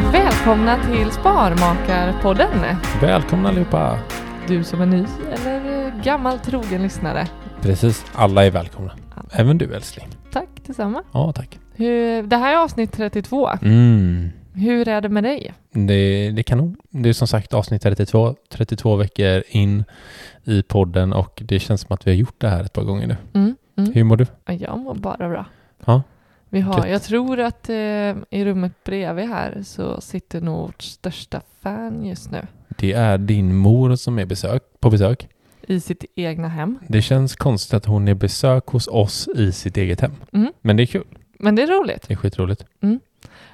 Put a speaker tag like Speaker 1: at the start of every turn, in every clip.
Speaker 1: Välkomna till Sparmakarpodden.
Speaker 2: Välkomna allihopa!
Speaker 1: Du som är ny eller eh, gammal trogen lyssnare.
Speaker 2: Precis, alla är välkomna. Även du älskling.
Speaker 1: Tack detsamma.
Speaker 2: Ja, tack.
Speaker 1: Hur, det här är avsnitt 32.
Speaker 2: Mm.
Speaker 1: Hur är det med dig?
Speaker 2: Det, det är kanon. Det är som sagt avsnitt 32, 32 veckor in i podden och det känns som att vi har gjort det här ett par gånger nu.
Speaker 1: Mm, mm.
Speaker 2: Hur mår du?
Speaker 1: Ja, Jag mår bara bra.
Speaker 2: Ja.
Speaker 1: Vi har,
Speaker 2: Gött.
Speaker 1: jag tror att eh, i rummet bredvid här så sitter nog vårt största fan just nu.
Speaker 2: Det är din mor som är besök, på besök.
Speaker 1: I sitt egna hem.
Speaker 2: Det känns konstigt att hon är besök hos oss i sitt eget hem.
Speaker 1: Mm.
Speaker 2: Men det är kul.
Speaker 1: Men det är roligt.
Speaker 2: Det är skitroligt.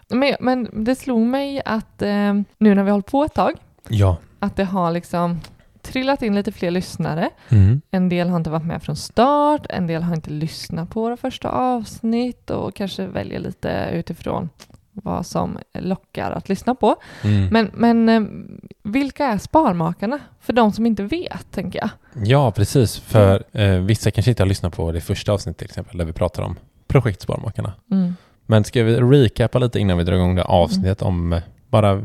Speaker 1: Men, men det slog mig att eh, nu när vi har hållit på ett tag
Speaker 2: Ja.
Speaker 1: att det har liksom trillat in lite fler lyssnare.
Speaker 2: Mm.
Speaker 1: En del har inte varit med från start, en del har inte lyssnat på våra första avsnitt och kanske väljer lite utifrån vad som lockar att lyssna på.
Speaker 2: Mm.
Speaker 1: Men, men eh, vilka är Sparmakarna? För de som inte vet, tänker jag.
Speaker 2: Ja, precis. För eh, vissa kanske inte har lyssnat på det första avsnittet till exempel där vi pratar om projekt Sparmakarna.
Speaker 1: Mm.
Speaker 2: Men ska vi recapa lite innan vi drar igång det här avsnittet om eh, bara v-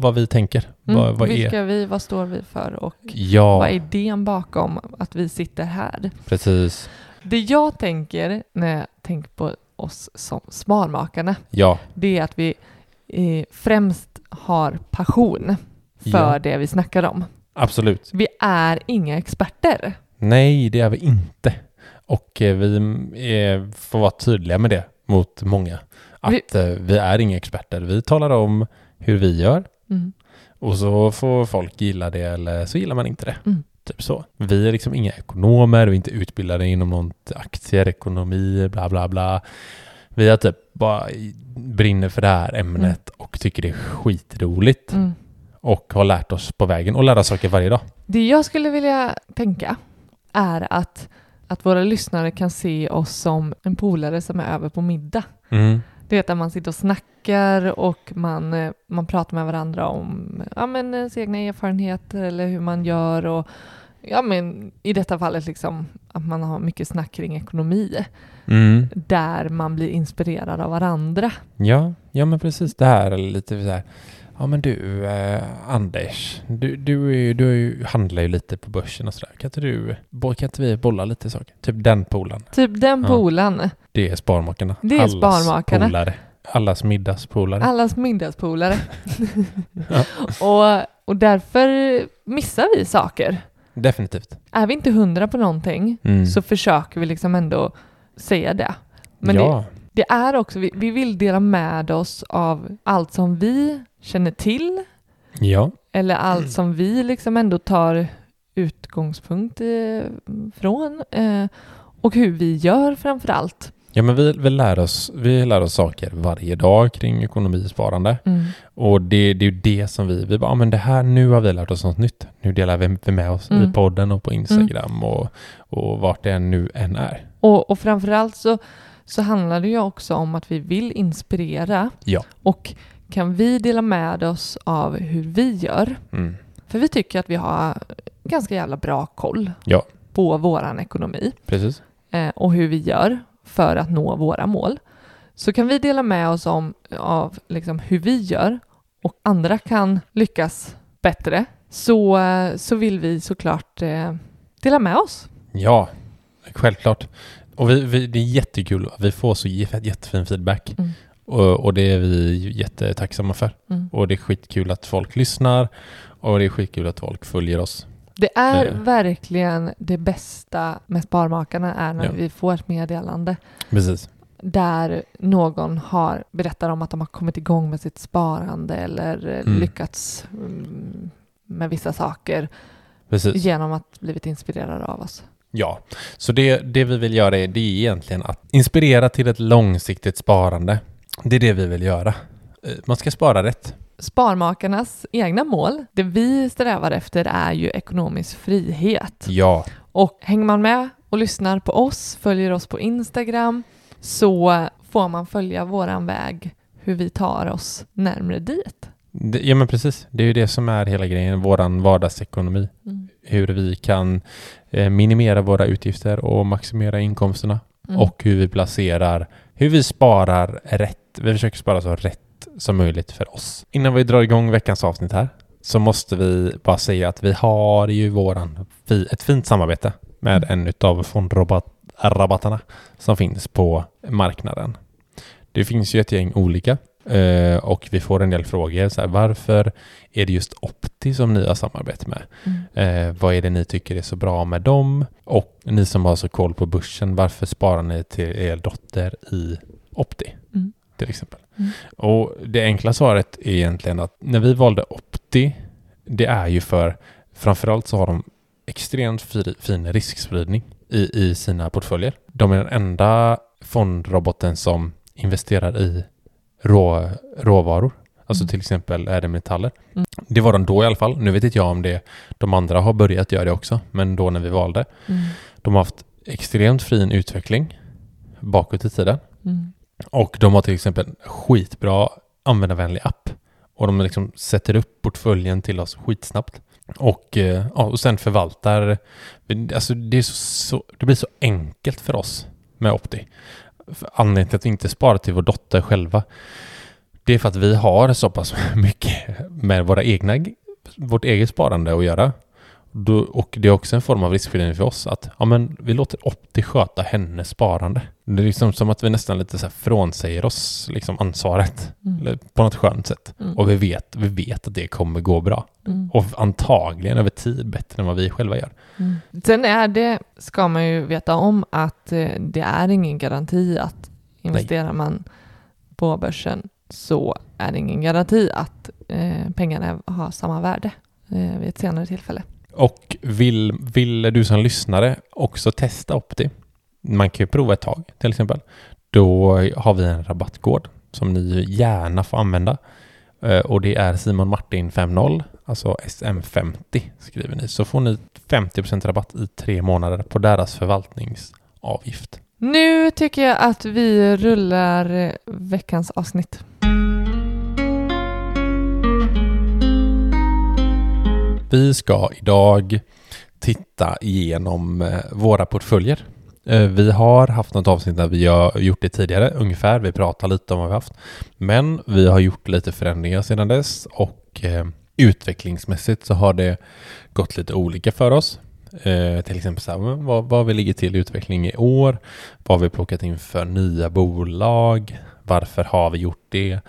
Speaker 2: vad vi tänker? Vad, vad är...
Speaker 1: vilka Mm, vi, vad står vi för och vad
Speaker 2: Ja,
Speaker 1: är idén bakom att vi sitter här?
Speaker 2: precis.
Speaker 1: Det jag tänker när jag tänker på oss som Sparmakarna,
Speaker 2: Ja,
Speaker 1: det är att vi eh, främst har passion för
Speaker 2: Ja.
Speaker 1: det vi snackar om.
Speaker 2: absolut.
Speaker 1: Vi är inga experter.
Speaker 2: Nej, det är vi inte. Och eh, vi mm, eh, får vara tydliga med det mot många. Att
Speaker 1: Vi-
Speaker 2: vi, vi är inga experter. Vi talar om hur vi gör
Speaker 1: Mm.
Speaker 2: och så får folk gilla det eller så gillar man inte det.
Speaker 1: Mm.
Speaker 2: Typ så. Vi är liksom inga ekonomer, vi är inte utbildade inom något aktier, ekonomi, bla bla bla. Vi är typ bara i- brinner för det här ämnet och tycker det är skitroligt
Speaker 1: Mm.
Speaker 2: och har lärt oss på vägen och lära oss saker varje dag.
Speaker 1: Det jag skulle vilja tänka är att, att våra lyssnare kan se oss som en polare som är över på middag.
Speaker 2: Mm.
Speaker 1: Du vet att man sitter och snackar och man, eh, man pratar med varandra om ja, men, ens egna erfarenheter eller hur man gör. Och, ja, men, I detta fallet liksom, att man har mycket snack kring ekonomi
Speaker 2: Mm.
Speaker 1: där man blir inspirerad av varandra.
Speaker 2: Ja, ja men precis det här eller lite så här. Ja men du eh, Anders, du, du, är ju- du är ju- handlar ju lite på börsen och sådär. Kan inte du, bo- kan inte vi bolla lite saker? Typ den polan.
Speaker 1: Typ den
Speaker 2: Ja.
Speaker 1: polaren,
Speaker 2: Det är Sparmakarna.
Speaker 1: Det är
Speaker 2: Allas
Speaker 1: Sparmakarna.
Speaker 2: Polare. Allas middagspolare.
Speaker 1: allas middagspolare.
Speaker 2: Ja,
Speaker 1: Och, och därför missar vi saker.
Speaker 2: definitivt.
Speaker 1: Är vi inte hundra på någonting
Speaker 2: Mm.
Speaker 1: så försöker vi liksom ändå säga det. Men
Speaker 2: ja,
Speaker 1: det, det är också, vi, vi vill dela med oss av allt som vi känner till
Speaker 2: ja,
Speaker 1: eller
Speaker 2: Mm.
Speaker 1: allt som vi liksom ändå tar utgångspunkt eh, från eh, och hur vi gör framför allt.
Speaker 2: ja, men vi, vi, lär oss, vi lär oss saker varje dag kring ekonomi och sparande.
Speaker 1: Mm.
Speaker 2: Och det, det är ju det som vi, vi bara, "Ja, men det här, nu har vi lärt oss något nytt. Nu delar vi, vi med oss
Speaker 1: Mm.
Speaker 2: i podden och på Instagram och, och vart det än nu än är.
Speaker 1: Och, och framförallt så, så handlar det ju också om att vi vill inspirera.
Speaker 2: Ja.
Speaker 1: Och kan vi dela med oss av hur vi gör?
Speaker 2: Mm.
Speaker 1: För vi tycker att vi har ganska jävla bra koll
Speaker 2: Ja.
Speaker 1: på våran ekonomi
Speaker 2: Precis.
Speaker 1: eh, och hur vi gör för att nå våra mål. Så kan vi dela med oss om, av liksom hur vi gör och andra kan lyckas bättre så, eh, så vill vi såklart eh, dela med oss.
Speaker 2: Ja, självklart. Och vi, vi, det är jättekul. Vi får så jä- jättefin feedback.
Speaker 1: Mm.
Speaker 2: Och, och det är vi ju jättetacksamma för.
Speaker 1: Mm.
Speaker 2: Och det är skitkul att folk lyssnar och det är skitkul att folk följer oss.
Speaker 1: Det är
Speaker 2: Eh.
Speaker 1: verkligen det bästa med Sparmakarna är när
Speaker 2: Ja.
Speaker 1: vi får ett meddelande
Speaker 2: Precis.
Speaker 1: där någon har berättar om att de har kommit igång med sitt sparande eller eh,
Speaker 2: Mm.
Speaker 1: lyckats mm, med vissa saker
Speaker 2: Precis.
Speaker 1: genom att blivit inspirerade av oss.
Speaker 2: Ja, så det, det vi vill göra är, det är egentligen att inspirera till ett långsiktigt sparande. Det är det vi vill göra. Eh, Man ska spara rätt.
Speaker 1: Sparmakarnas egna mål, det vi strävar efter är ju ekonomisk frihet.
Speaker 2: Ja,
Speaker 1: Och hänger man med och lyssnar på oss, följer oss på Instagram, så får man följa våran väg hur vi tar oss närmre dit.
Speaker 2: det, ja men precis. Det är ju det som är hela grejen, våran vardagsekonomi.
Speaker 1: Mm.
Speaker 2: Hur vi kan eh, minimera våra utgifter och maximera inkomsterna.
Speaker 1: Mm.
Speaker 2: och hur vi placerar, hur vi sparar rätt. Vi försöker spara så rätt som möjligt för oss. Innan vi drar igång veckans avsnitt här så måste vi bara säga att vi har ju våran, fi- ett fint samarbete med en utav fondrabatterna som finns på marknaden. Det finns ju ett gäng olika eh, och vi får en del frågor. Så här, varför är det just Opti som ni har samarbete med?
Speaker 1: Mm.
Speaker 2: Eh, vad är det ni tycker är så bra med dem? Och ni som har så koll på börsen, varför sparar ni till er dotter i Opti?
Speaker 1: Mm.
Speaker 2: Till exempel.
Speaker 1: Mm.
Speaker 2: Och det enkla svaret är egentligen att när vi valde Opti, det är ju för framförallt så har de extremt fi- fin riskspridning i, i sina portföljer. De är den enda fondroboten som investerar i rå, råvaror. Alltså
Speaker 1: Mm.
Speaker 2: till exempel ädelmetaller.
Speaker 1: Mm.
Speaker 2: Det var de då i alla fall. Nu vet inte jag om det de andra har börjat göra det också, men då när vi valde.
Speaker 1: Mm.
Speaker 2: De har haft extremt fin utveckling bakåt i tiden.
Speaker 1: Mm.
Speaker 2: Och de har till exempel en skitbra användarvänlig app. Och de liksom sätter upp portföljen till oss skitsnabbt. Och, eh, ja, och sen förvaltar... Alltså det, är så, så, det blir så enkelt för oss med Opti. För Anledningen till att vi inte sparar till vår dotter själva, det är för att vi har så pass mycket med våra egna, vårt eget sparande att göra. Då, och det är också en form av riskfördelning för oss att ja, men vi låter Opti sköta hennes sparande. Det är liksom som att vi nästan lite så här frånsäger oss liksom ansvaret
Speaker 1: Mm.
Speaker 2: eller på något skönt sätt.
Speaker 1: Mm.
Speaker 2: Och vi vet, vi vet att det kommer gå bra.
Speaker 1: Mm.
Speaker 2: Och antagligen över tid bättre än vad vi själva gör.
Speaker 1: Mm. Sen är det, ska man ju veta om, att eh, det är ingen garanti att investerar man på börsen så är det ingen garanti att eh, pengarna har samma värde eh, vid ett senare tillfälle.
Speaker 2: Och vill, vill du som lyssnare också testa Opti, man kan ju prova ett tag till exempel, då har vi en rabattkod som ni gärna får använda. Eh, Och det är Simon Martin 50, alltså SM50 skriver ni. Så får ni 50% rabatt i tre månader på deras förvaltningsavgift.
Speaker 1: Nu tycker jag att vi rullar eh, veckans avsnitt.
Speaker 2: Vi ska idag titta igenom eh, våra portföljer. Eh, Vi har haft något avsnitt där vi har gjort det tidigare ungefär. Vi pratar lite om vad vi har haft. Men vi har gjort lite förändringar sedan dess och eh, utvecklingsmässigt så har det gått lite olika för oss. Eh, till exempel så här, men vad, vad vi ligger till i utveckling i år. Vad har vi plockat in för nya bolag? Varför har vi gjort det?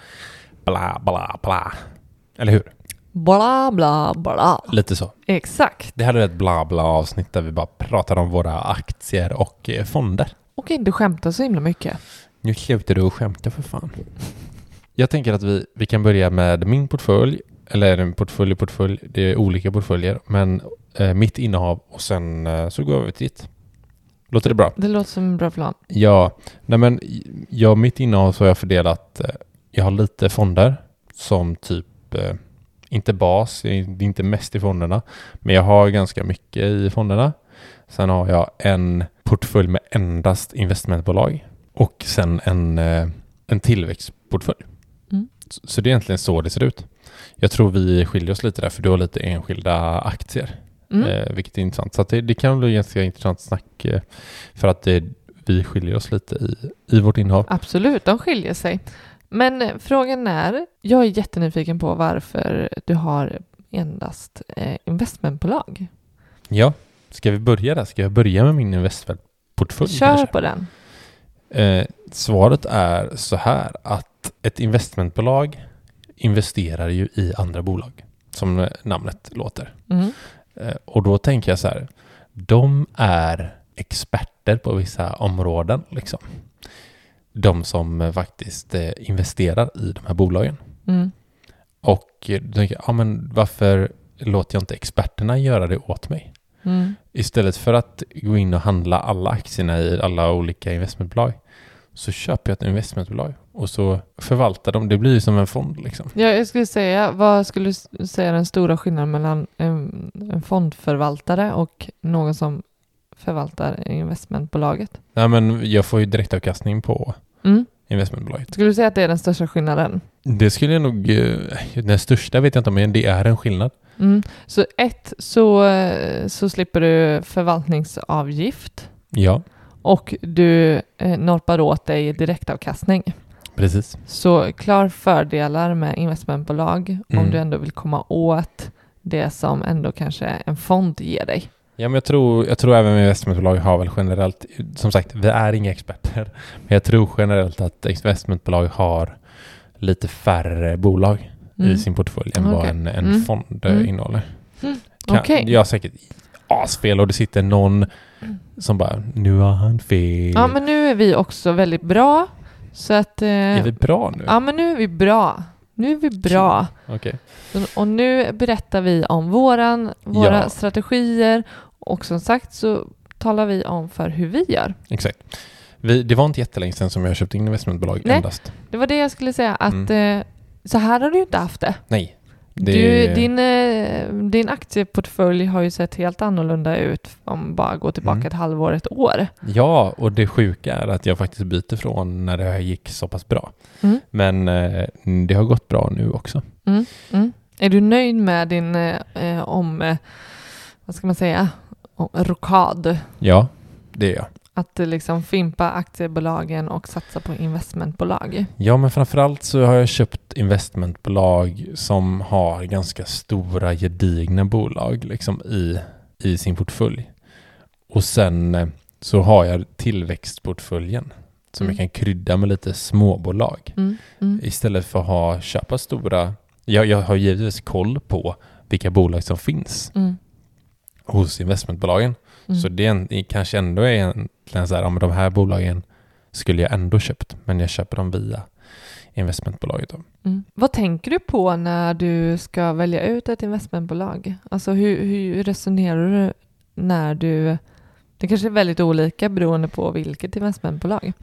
Speaker 2: Bla, bla, bla. Eller hur?
Speaker 1: Bla, bla, bla.
Speaker 2: Lite så.
Speaker 1: Exakt.
Speaker 2: Det här är ett bla bla avsnitt där vi bara pratar om våra aktier och eh, fonder.
Speaker 1: Och inte skämta så himla mycket.
Speaker 2: Nu slutar du att skämta för fan. Jag tänker att vi, vi kan börja med min portfölj, eller en portfölj och portfölj, det är olika portföljer, men eh, mitt innehav och sen eh, så går jag över till ditt. Låter det bra?
Speaker 1: Det låter som en bra plan.
Speaker 2: Ja, nej men jag, mitt innehav så har jag fördelat, eh, jag har lite fonder som typ, eh, inte bas, det är inte mest i fonderna, men jag har ganska mycket i fonderna. Sen har jag en portfölj med endast investmentbolag och sen en, eh, en tillväxtportfölj.
Speaker 1: Mm.
Speaker 2: Så, så det är egentligen så det ser ut. Jag tror vi skiljer oss lite där, för du har lite enskilda aktier.
Speaker 1: Mm.
Speaker 2: Eh, vilket är intressant. Så att det, det kan bli ganska intressant snack eh, för att det, vi skiljer oss lite i, i vårt innehav.
Speaker 1: Absolut, de skiljer sig. Men eh, frågan är, jag är jättenyfiken på varför du har endast eh, investmentbolag.
Speaker 2: Ja, ska vi börja där? Ska jag börja med min investmentportfölj?
Speaker 1: Kör på den.
Speaker 2: Eh, svaret är så här att ett investmentbolag investerar ju i andra bolag som eh, namnet låter.
Speaker 1: Mm.
Speaker 2: Eh, Och då tänker jag så här, de är experter på vissa områden. Liksom. De som eh, faktiskt eh, investerar i de här bolagen.
Speaker 1: Mm.
Speaker 2: Och eh, då tänker jag, ja, men varför låter jag inte experterna göra det åt mig?
Speaker 1: Mm.
Speaker 2: Istället för att gå in och handla alla aktierna i alla olika investmentbolag så köper jag ett investmentbolag och så förvaltar de. Det blir ju som en fond liksom.
Speaker 1: Ja, jag skulle säga, vad skulle du s- säga är den stora skillnaden mellan en, en fondförvaltare och någon som förvaltar investmentbolaget?
Speaker 2: Nej, men jag får ju direktavkastning på
Speaker 1: Mm.
Speaker 2: investmentbolaget.
Speaker 1: Skulle du säga att det är den största skillnaden?
Speaker 2: Det skulle jag nog... eh, Den största vet jag inte om, men det är en skillnad.
Speaker 1: Mm. Så ett, så, eh, så slipper du förvaltningsavgift.
Speaker 2: Ja,
Speaker 1: och du eh, norpar åt dig direktavkastning.
Speaker 2: Precis.
Speaker 1: Så klar fördelar med investmentbolag
Speaker 2: Mm.
Speaker 1: om du ändå vill komma åt det som ändå kanske en fond ger dig.
Speaker 2: Ja, men jag, tror, jag tror även investmentbolag har väl generellt, som sagt, vi är inga experter, men jag tror generellt att investmentbolag har lite färre bolag i
Speaker 1: Mm.
Speaker 2: sin portfölj än vad
Speaker 1: Okej.
Speaker 2: en, en
Speaker 1: Mm.
Speaker 2: fond
Speaker 1: Mm.
Speaker 2: mm. innehåller. Kan,
Speaker 1: Okej. Mm.
Speaker 2: Jag har säkert asfel och det sitter någon som bara nu har han fel.
Speaker 1: Ja, men nu är vi också väldigt bra. Så att... eh,
Speaker 2: Är vi bra nu?
Speaker 1: Ja, men nu är vi bra. Nu är vi bra.
Speaker 2: Okej.
Speaker 1: Och nu berättar vi om våran, våra
Speaker 2: Ja.
Speaker 1: strategier och som sagt så talar vi om för hur vi gör.
Speaker 2: Exakt. Vi, det var inte jättelänge sedan som jag köpte investmentbolag
Speaker 1: Nej.
Speaker 2: endast.
Speaker 1: Det var det jag skulle säga att
Speaker 2: Mm.
Speaker 1: eh, så här har du ju inte haft det.
Speaker 2: Nej.
Speaker 1: Du, din, eh, din aktieportfölj har ju sett helt annorlunda ut om bara går tillbaka
Speaker 2: Mm.
Speaker 1: ett halvår, ett år.
Speaker 2: Ja, och det sjuka är att jag faktiskt byter från när det här gick så pass bra.
Speaker 1: Mm.
Speaker 2: Men eh, det har gått bra nu också.
Speaker 1: Mm. Mm. Är du nöjd med din eh, eh, om, eh, vad ska man säga, Om- rokad?
Speaker 2: Ja, det är jag.
Speaker 1: Att eh, liksom fimpa aktiebolagen och satsa på investmentbolag?
Speaker 2: Ja, men framförallt så har jag köpt investmentbolag som har ganska stora gedigna bolag liksom i, i sin portfölj. Och sen eh, så har jag tillväxtportföljen som
Speaker 1: Mm.
Speaker 2: jag kan krydda med lite småbolag.
Speaker 1: Mm. Mm.
Speaker 2: Istället för att ha, köpa stora... Jag, jag har givetvis koll på vilka bolag som finns
Speaker 1: Mm.
Speaker 2: hos investmentbolagen.
Speaker 1: Mm.
Speaker 2: Så det, är en, det kanske ändå är egentligen så här, ja, men de här bolagen skulle jag ändå köpt, men jag köper dem via investmentbolaget. Då.
Speaker 1: Mm. Vad tänker du på när du ska välja ut ett investmentbolag? Alltså hur, hur resonerar du när du... Det kanske är väldigt olika beroende på vilket investmentbolag.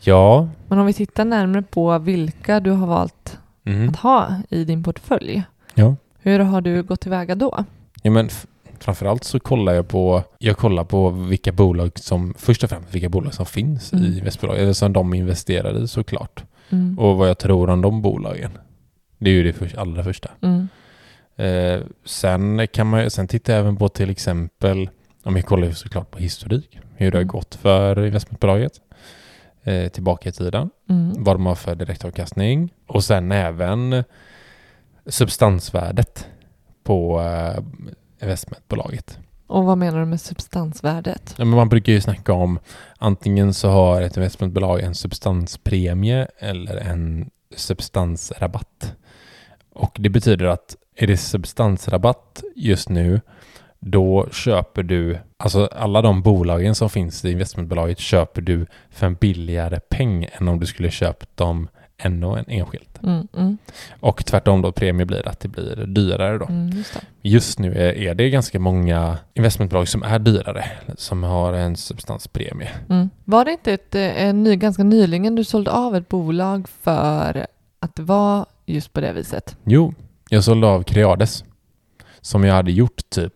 Speaker 2: Ja,
Speaker 1: Men om vi tittar närmare på vilka du har valt
Speaker 2: mm.
Speaker 1: att ha i din portfölj.
Speaker 2: Ja.
Speaker 1: Hur har du gått tillväga då?
Speaker 2: ja men f- framförallt så kollar jag på, jag kollar på vilka bolag som, först och främst vilka bolag som finns
Speaker 1: Mm.
Speaker 2: i investmentbolaget, eller som de investerar i såklart.
Speaker 1: Mm.
Speaker 2: Och vad jag tror om de bolagen. Det är ju det först, allra första.
Speaker 1: Mm.
Speaker 2: Eh, sen, kan man, ju- sen tittar jag även på till exempel, om jag kollar ju såklart på historik, hur det har
Speaker 1: Mm.
Speaker 2: gått för investmentbolaget eh, tillbaka i tiden,
Speaker 1: Mm.
Speaker 2: vad de har för direktavkastning och sen även substansvärdet på eh, investmentbolaget.
Speaker 1: Och vad menar du med substansvärdet?
Speaker 2: Ja, men man brukar ju snacka om antingen så har ett investmentbolag en substanspremie eller en substansrabatt. Och det betyder att är det substansrabatt just nu då köper du, alltså alla de bolagen som finns i investmentbolaget köper du för en billigare peng än om du skulle köpt dem en och en enskilt.
Speaker 1: Mm. Mm.
Speaker 2: Och tvärtom då, premie blir att det blir dyrare då.
Speaker 1: Mm. Just det.
Speaker 2: Just nu är, är det ganska många investmentbolag som är dyrare, som har en substanspremie.
Speaker 1: Mm. Var det inte ett, eh, en ny, ganska nyligen du sålde av ett bolag för att det var just på det viset?
Speaker 2: Jo, jag sålde av Creades som jag hade gjort typ,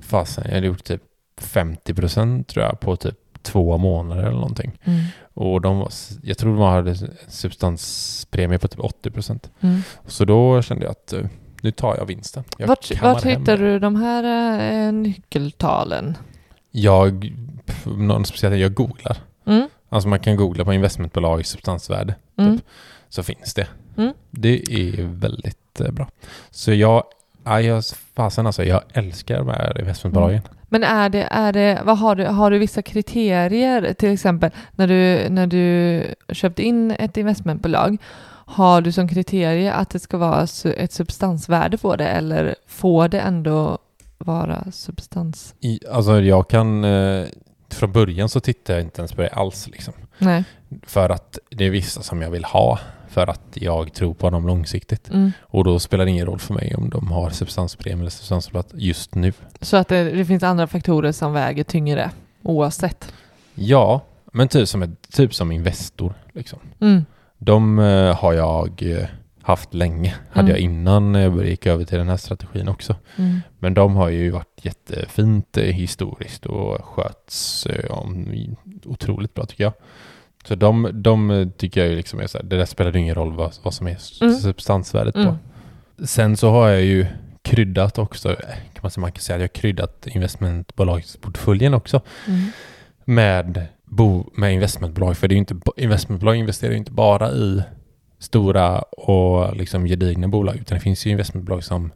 Speaker 2: fasen, jag hade gjort typ 50% tror jag på typ två månader eller någonting.
Speaker 1: Mm.
Speaker 2: Och de var, s- jag tror de hade en substanspremie på typ 80%.
Speaker 1: Mm.
Speaker 2: Så då kände jag att eh, nu tar jag vinsten. Jag
Speaker 1: Vart,
Speaker 2: kammar
Speaker 1: vart
Speaker 2: hem
Speaker 1: hittar
Speaker 2: det.
Speaker 1: du de här eh, nyckeltalen?
Speaker 2: Jag, pff, någon speciell, jag googlar.
Speaker 1: Mm.
Speaker 2: Alltså man kan googla på investmentbolag substansvärde.
Speaker 1: Mm.
Speaker 2: så finns det.
Speaker 1: Mm.
Speaker 2: Det är väldigt eh, bra. Så jag, ja, jag fasen alltså, jag älskar de här investmentbolagen.
Speaker 1: Men är det, är det, vad har, du, har du vissa kriterier, till exempel när du, när du köpte in ett investmentbolag, har du som kriterie att det ska vara su- ett substansvärde på det eller får det ändå vara substans?
Speaker 2: I, alltså jag kan, eh, från början så tittar jag inte ens på det alls liksom.
Speaker 1: Nej.
Speaker 2: För att det är vissa som jag vill ha. För att jag tror på dem långsiktigt.
Speaker 1: Mm.
Speaker 2: Och då spelar det ingen roll för mig om de har substanspremie eller substansrabatt just nu.
Speaker 1: Så att det, det finns andra faktorer som väger tyngre oavsett.
Speaker 2: Ja, men typ som, ett, typ som Investor liksom.
Speaker 1: Mm.
Speaker 2: De eh, har jag eh, haft länge. Hade
Speaker 1: Mm.
Speaker 2: jag innan eh, jag gick över till den här strategin också.
Speaker 1: Mm.
Speaker 2: Men de har ju varit jättefint eh, historiskt och sköts eh, om i- otroligt bra tycker jag. Så de, de eh, tycker jag ju liksom är så här, det där spelar ingen roll vad, vad som är s-
Speaker 1: Mm.
Speaker 2: substansvärdet
Speaker 1: Mm.
Speaker 2: på. Sen så har jag ju kryddat också, eh, kan man säga, man kan säga att jag har kryddat investmentbolagsportföljen också
Speaker 1: Mm.
Speaker 2: med bo med investmentbolag. För det är ju inte, investmentbolag investerar ju inte bara i stora och liksom gedigna bolag, utan det finns ju investmentbolag som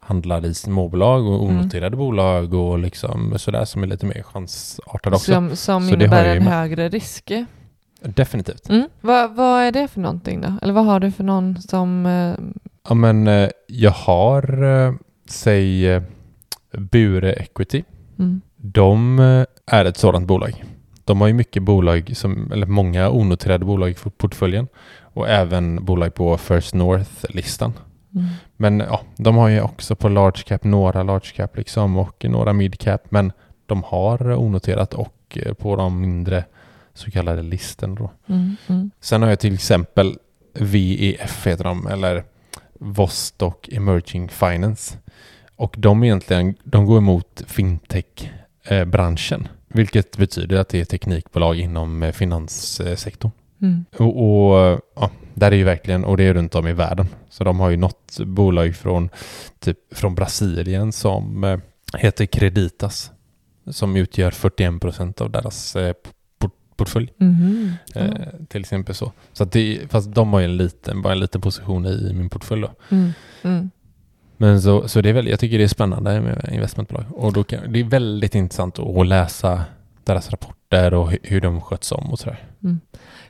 Speaker 2: handlar i småbolag och
Speaker 1: Mm.
Speaker 2: onoterade bolag och liksom sådär som är lite mer chansartade också.
Speaker 1: Som, som
Speaker 2: Så det har
Speaker 1: innebär
Speaker 2: jag ju
Speaker 1: en
Speaker 2: med.
Speaker 1: högre risk.
Speaker 2: Definitivt.
Speaker 1: Mm. Vad, vad är det för någonting då? Eller vad har du för någon som... eh,
Speaker 2: Ja, men eh, jag har, eh, säg, eh, Bure Equity.
Speaker 1: Mm.
Speaker 2: De eh, är ett sådant bolag. De har ju mycket bolag, som, eller många onoterade bolag i portföljen och även bolag på First North-listan.
Speaker 1: Mm.
Speaker 2: Men ja, de har ju också på large cap, några large cap liksom och några mid cap. Men de har onoterat och eh, på de mindre så kallade listen då.
Speaker 1: Mm. Mm.
Speaker 2: Sen har jag till exempel VEF heter de, eller Vostok Emerging Finance. Och de egentligen, de går emot fintech-branschen, vilket betyder att det är teknikbolag inom eh, finanssektorn.
Speaker 1: Mm.
Speaker 2: Och, och ja, där är ju verkligen, och det är runt om i världen. Så de har ju något bolag från, typ, från Brasilien som eh, heter Creditas, som utgör 41 procent av deras eh, port- portfölj.
Speaker 1: Mhm.
Speaker 2: Eh, till exempel så. så att det, fast de har ju en liten, bara en liten position i min portfölj då.
Speaker 1: Mm. Mm.
Speaker 2: Men så, så det är väl, jag tycker det är spännande med investmentbolag. Och då kan, det är väldigt intressant att läsa deras rapporter och hur, hur de sköts om och sådär.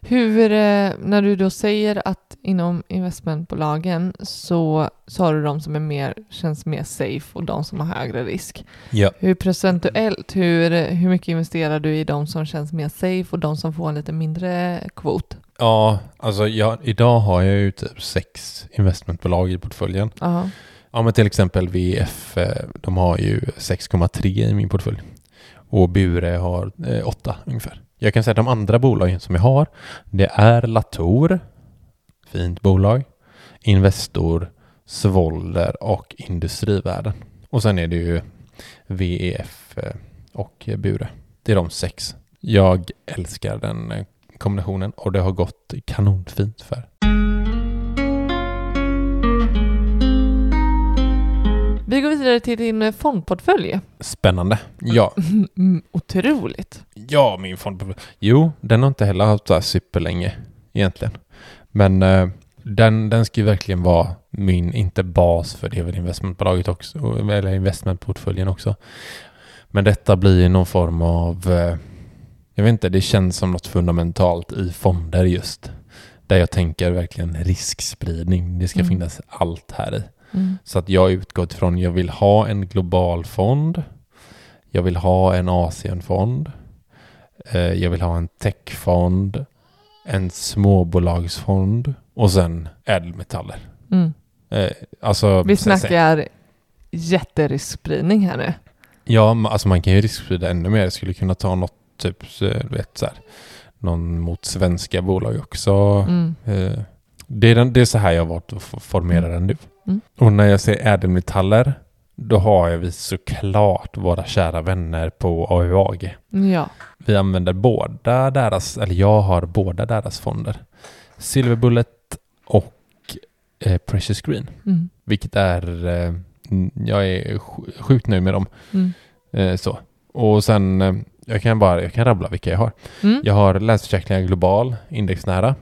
Speaker 1: Hur, eh, när du då säger att inom investmentbolagen så, så har du de som är mer, känns mer safe och de som har högre risk.
Speaker 2: Ja.
Speaker 1: Hur procentuellt, hur, hur mycket investerar du i de som känns mer safe och de som får en lite mindre kvot?
Speaker 2: Ja, alltså jag, idag har jag ju typ sex investmentbolag i portföljen.
Speaker 1: Ja.
Speaker 2: Ja, men till exempel VF, eh, de har ju 6,3 i min portfölj. Och Bure har eh, 8 ungefär. Jag kan säga att de andra bolagen som jag har, det är Latour, fint bolag, Investor, Svolder och Industrivärden. Och sen är det ju VEF eh, och Bure. Det är de sex. Jag älskar den eh, kombinationen och det har gått kanonfint för.
Speaker 1: Vi går vidare till din eh, fondportfölj.
Speaker 2: Spännande. Ja,
Speaker 1: Mm, otroligt.
Speaker 2: Ja, min fond. Jo, den har inte heller haft så här superlänge egentligen. Men eh, den, den ska ju verkligen vara min, inte bas för det är väl investmentbolaget också, eller investmentportföljen också. Men detta blir ju någon form av, eh, jag vet inte, det känns som något fundamentalt i fonder just. Där jag tänker verkligen riskspridning, det ska
Speaker 1: Mm.
Speaker 2: finnas allt här i.
Speaker 1: Mm.
Speaker 2: Så att jag utgått från, jag vill ha en global fond. Jag vill ha en Asienfond. Eh, jag vill ha en techfond. En småbolagsfond. Och sen ädelmetaller.
Speaker 1: Mm.
Speaker 2: Eh, alltså,
Speaker 1: Vi
Speaker 2: sen- sen-
Speaker 1: snackar jätteriskspridning här nu.
Speaker 2: Ja, ma- alltså man kan ju risksprida ännu mer. Jag skulle kunna ta något typ, så- du vet så här, någon mot svenska bolag också.
Speaker 1: Mm.
Speaker 2: Eh, Det är, den, det är så här jag har valt att f- formera den nu.
Speaker 1: Mm.
Speaker 2: Och när jag säger ädelmetaller, då har jag vi såklart våra kära vänner på AUAG.
Speaker 1: Mm, Ja.
Speaker 2: Vi använder båda deras, eller jag har båda deras fonder. Silver Bullet och eh, Precious Green.
Speaker 1: Mm.
Speaker 2: Vilket är, eh, mm, jag är sj- sjukt nöjd med dem.
Speaker 1: Mm.
Speaker 2: Eh, så. Och sen, eh, jag kan bara, jag kan rabbla vilka jag har.
Speaker 1: Mm.
Speaker 2: Jag har Länsförsäkringar Global, indexnära.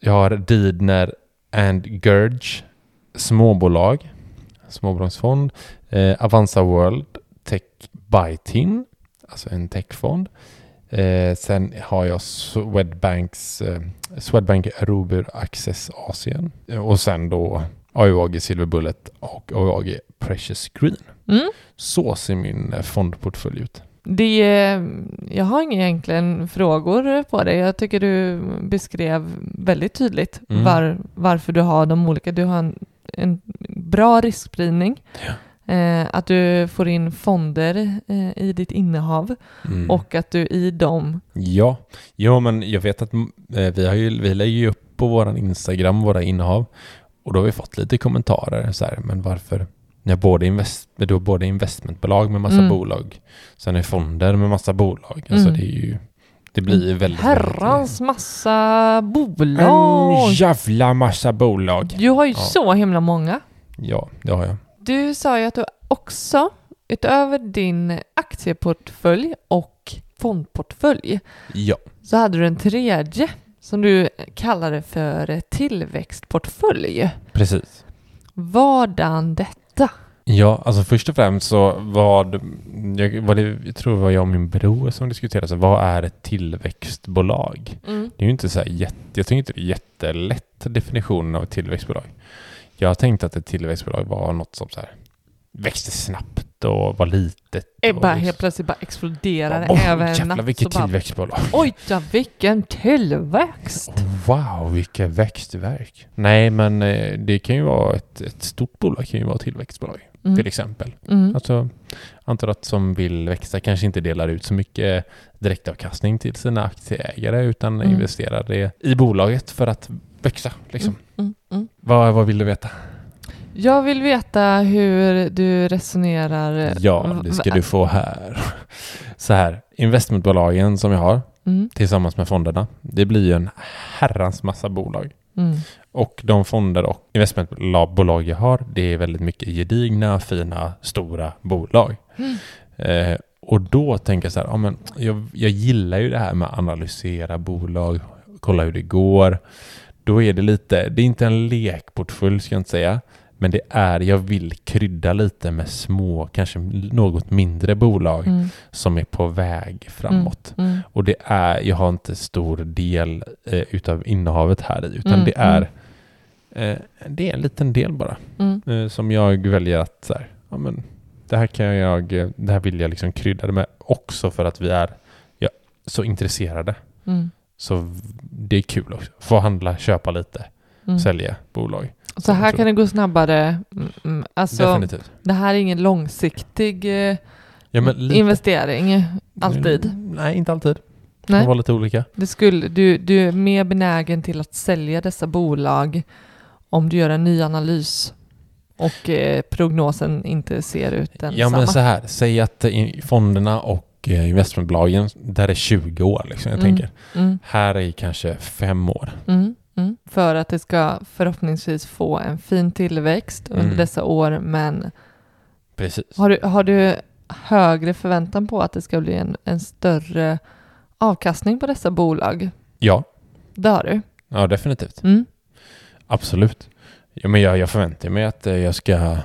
Speaker 2: Jag har Didner and Gerge, småbolag, småbolagsfond. Eh, Avanza World, Tech Bytin, alltså en techfond. Eh, sen har jag Swedbanks, eh, Swedbank Robur Access Asien. Eh, och sen då AUAG Silver Bullet och AUAG Precious Green.
Speaker 1: Mm.
Speaker 2: Så ser min eh, fondportfölj ut.
Speaker 1: Det, eh, jag har inga egentligen frågor på dig. Jag tycker du beskrev väldigt tydligt
Speaker 2: Mm.
Speaker 1: var, varför du har de olika. Du har en, en bra riskspridning, eh, att du får in fonder eh, i ditt innehav
Speaker 2: Mm.
Speaker 1: och att du i dem...
Speaker 2: Ja, ja men jag vet att mm, eh, vi, har ju, vi lägger ju upp på vår Instagram våra innehav och då har vi fått lite kommentarer så här, men varför? Ni har både, invest, du har både investmentbolag med massa
Speaker 1: Mm.
Speaker 2: bolag, sen är fonder med massa bolag. Alltså
Speaker 1: Mm.
Speaker 2: det är ju, det blir ju väldigt...
Speaker 1: Herrans massa
Speaker 2: väldigt, en
Speaker 1: bolag!
Speaker 2: jävla massa bolag.
Speaker 1: Du har ju
Speaker 2: Ja.
Speaker 1: så himla många.
Speaker 2: Ja, det har jag.
Speaker 1: Du sa ju att du också, utöver din aktieportfölj och fondportfölj
Speaker 2: Ja.
Speaker 1: så hade du en tredje som du kallade för tillväxtportfölj.
Speaker 2: Precis.
Speaker 1: Vardan detta?
Speaker 2: Ja, alltså först och främst så vad, jag, vad det, jag tror det var jag och min bror som diskuterade, så vad är ett tillväxtbolag? Det är ju inte så här jätte, jag tycker inte det är jättelätt definitionen av ett tillväxtbolag. Jag tänkte att ett tillväxtbolag var något som så här växte snabbt och var litet.
Speaker 1: Eh,
Speaker 2: och
Speaker 1: Bara
Speaker 2: liksom-
Speaker 1: helt plötsligt bara exploderade
Speaker 2: Åh,
Speaker 1: över en
Speaker 2: jävlar
Speaker 1: natt.
Speaker 2: vilket
Speaker 1: så bara,
Speaker 2: tillväxtbolag.
Speaker 1: Oj, ja, vilken tillväxt!
Speaker 2: Wow, vilket växtverk. Nej, men eh, det kan ju vara ett, ett stort bolag kan ju vara ett tillväxtbolag,
Speaker 1: Mm.
Speaker 2: till exempel.
Speaker 1: Mm.
Speaker 2: Alltså, antar att som vill växa kanske inte delar ut så mycket direktavkastning till sina aktieägare utan
Speaker 1: Mm.
Speaker 2: investerar det i bolaget för att växa. Liksom.
Speaker 1: Mm. Mm.
Speaker 2: Vad, vad vill du veta?
Speaker 1: Jag vill veta hur du resonerar. eh,
Speaker 2: Ja, det ska
Speaker 1: Va-
Speaker 2: du få här. Så här, investmentbolagen som jag har
Speaker 1: Mm.
Speaker 2: tillsammans med fonderna, det blir ju en herrans massa bolag.
Speaker 1: Mm.
Speaker 2: Och de fonder och investmentbolag jag har, det är väldigt mycket gedigna, fina, stora bolag.
Speaker 1: Mm.
Speaker 2: Eh, och då tänker jag så här, ja, men jag, jag gillar ju det här med att analysera bolag, kolla hur det går. Då är det lite, det är inte en lekportfölj ska jag inte säga, men det är, jag vill krydda lite med små, kanske något mindre bolag
Speaker 1: Mm.
Speaker 2: som är på väg framåt.
Speaker 1: Mm.
Speaker 2: Och det är, jag har inte stor del eh, utav innehavet här i, utan
Speaker 1: Mm,
Speaker 2: det är eh, det är en liten del bara
Speaker 1: Mm.
Speaker 2: eh, som jag väljer att så här, ja, men det här kan jag, eh, det här vill jag liksom krydda det med också för att vi är ja, så intresserade.
Speaker 1: Mm.
Speaker 2: Så v- det är kul också. Få handla, köpa lite,
Speaker 1: Mm.
Speaker 2: sälja bolag.
Speaker 1: Så här kan det gå snabbare. Mm, Mm. Alltså,
Speaker 2: Definitivt.
Speaker 1: det här är ingen långsiktig eh,
Speaker 2: Ja, men lite-
Speaker 1: investering. Alltid.
Speaker 2: Nej, inte alltid. Det kan
Speaker 1: Nej.
Speaker 2: vara lite olika.
Speaker 1: Det skulle, du, du är mer benägen till att sälja dessa bolag om du gör en ny analys och eh, prognosen inte ser ut densamma.
Speaker 2: Ja, men så här, säg att eh, i- fonderna och eh, investmentbolagen, där är 20 år. Liksom, jag
Speaker 1: Mm.
Speaker 2: tänker.
Speaker 1: mm,
Speaker 2: Här är kanske fem år.
Speaker 1: mm, mm. För att det ska förhoppningsvis få en fin tillväxt under
Speaker 2: Mm.
Speaker 1: dessa år, men
Speaker 2: Precis.
Speaker 1: har du, har du högre förväntan på att det ska bli en, en större avkastning på dessa bolag?
Speaker 2: Ja,
Speaker 1: Det har du.
Speaker 2: ja definitivt.
Speaker 1: Mm,
Speaker 2: Absolut. Ja, men jag, jag förväntar mig att eh, jag ska eh,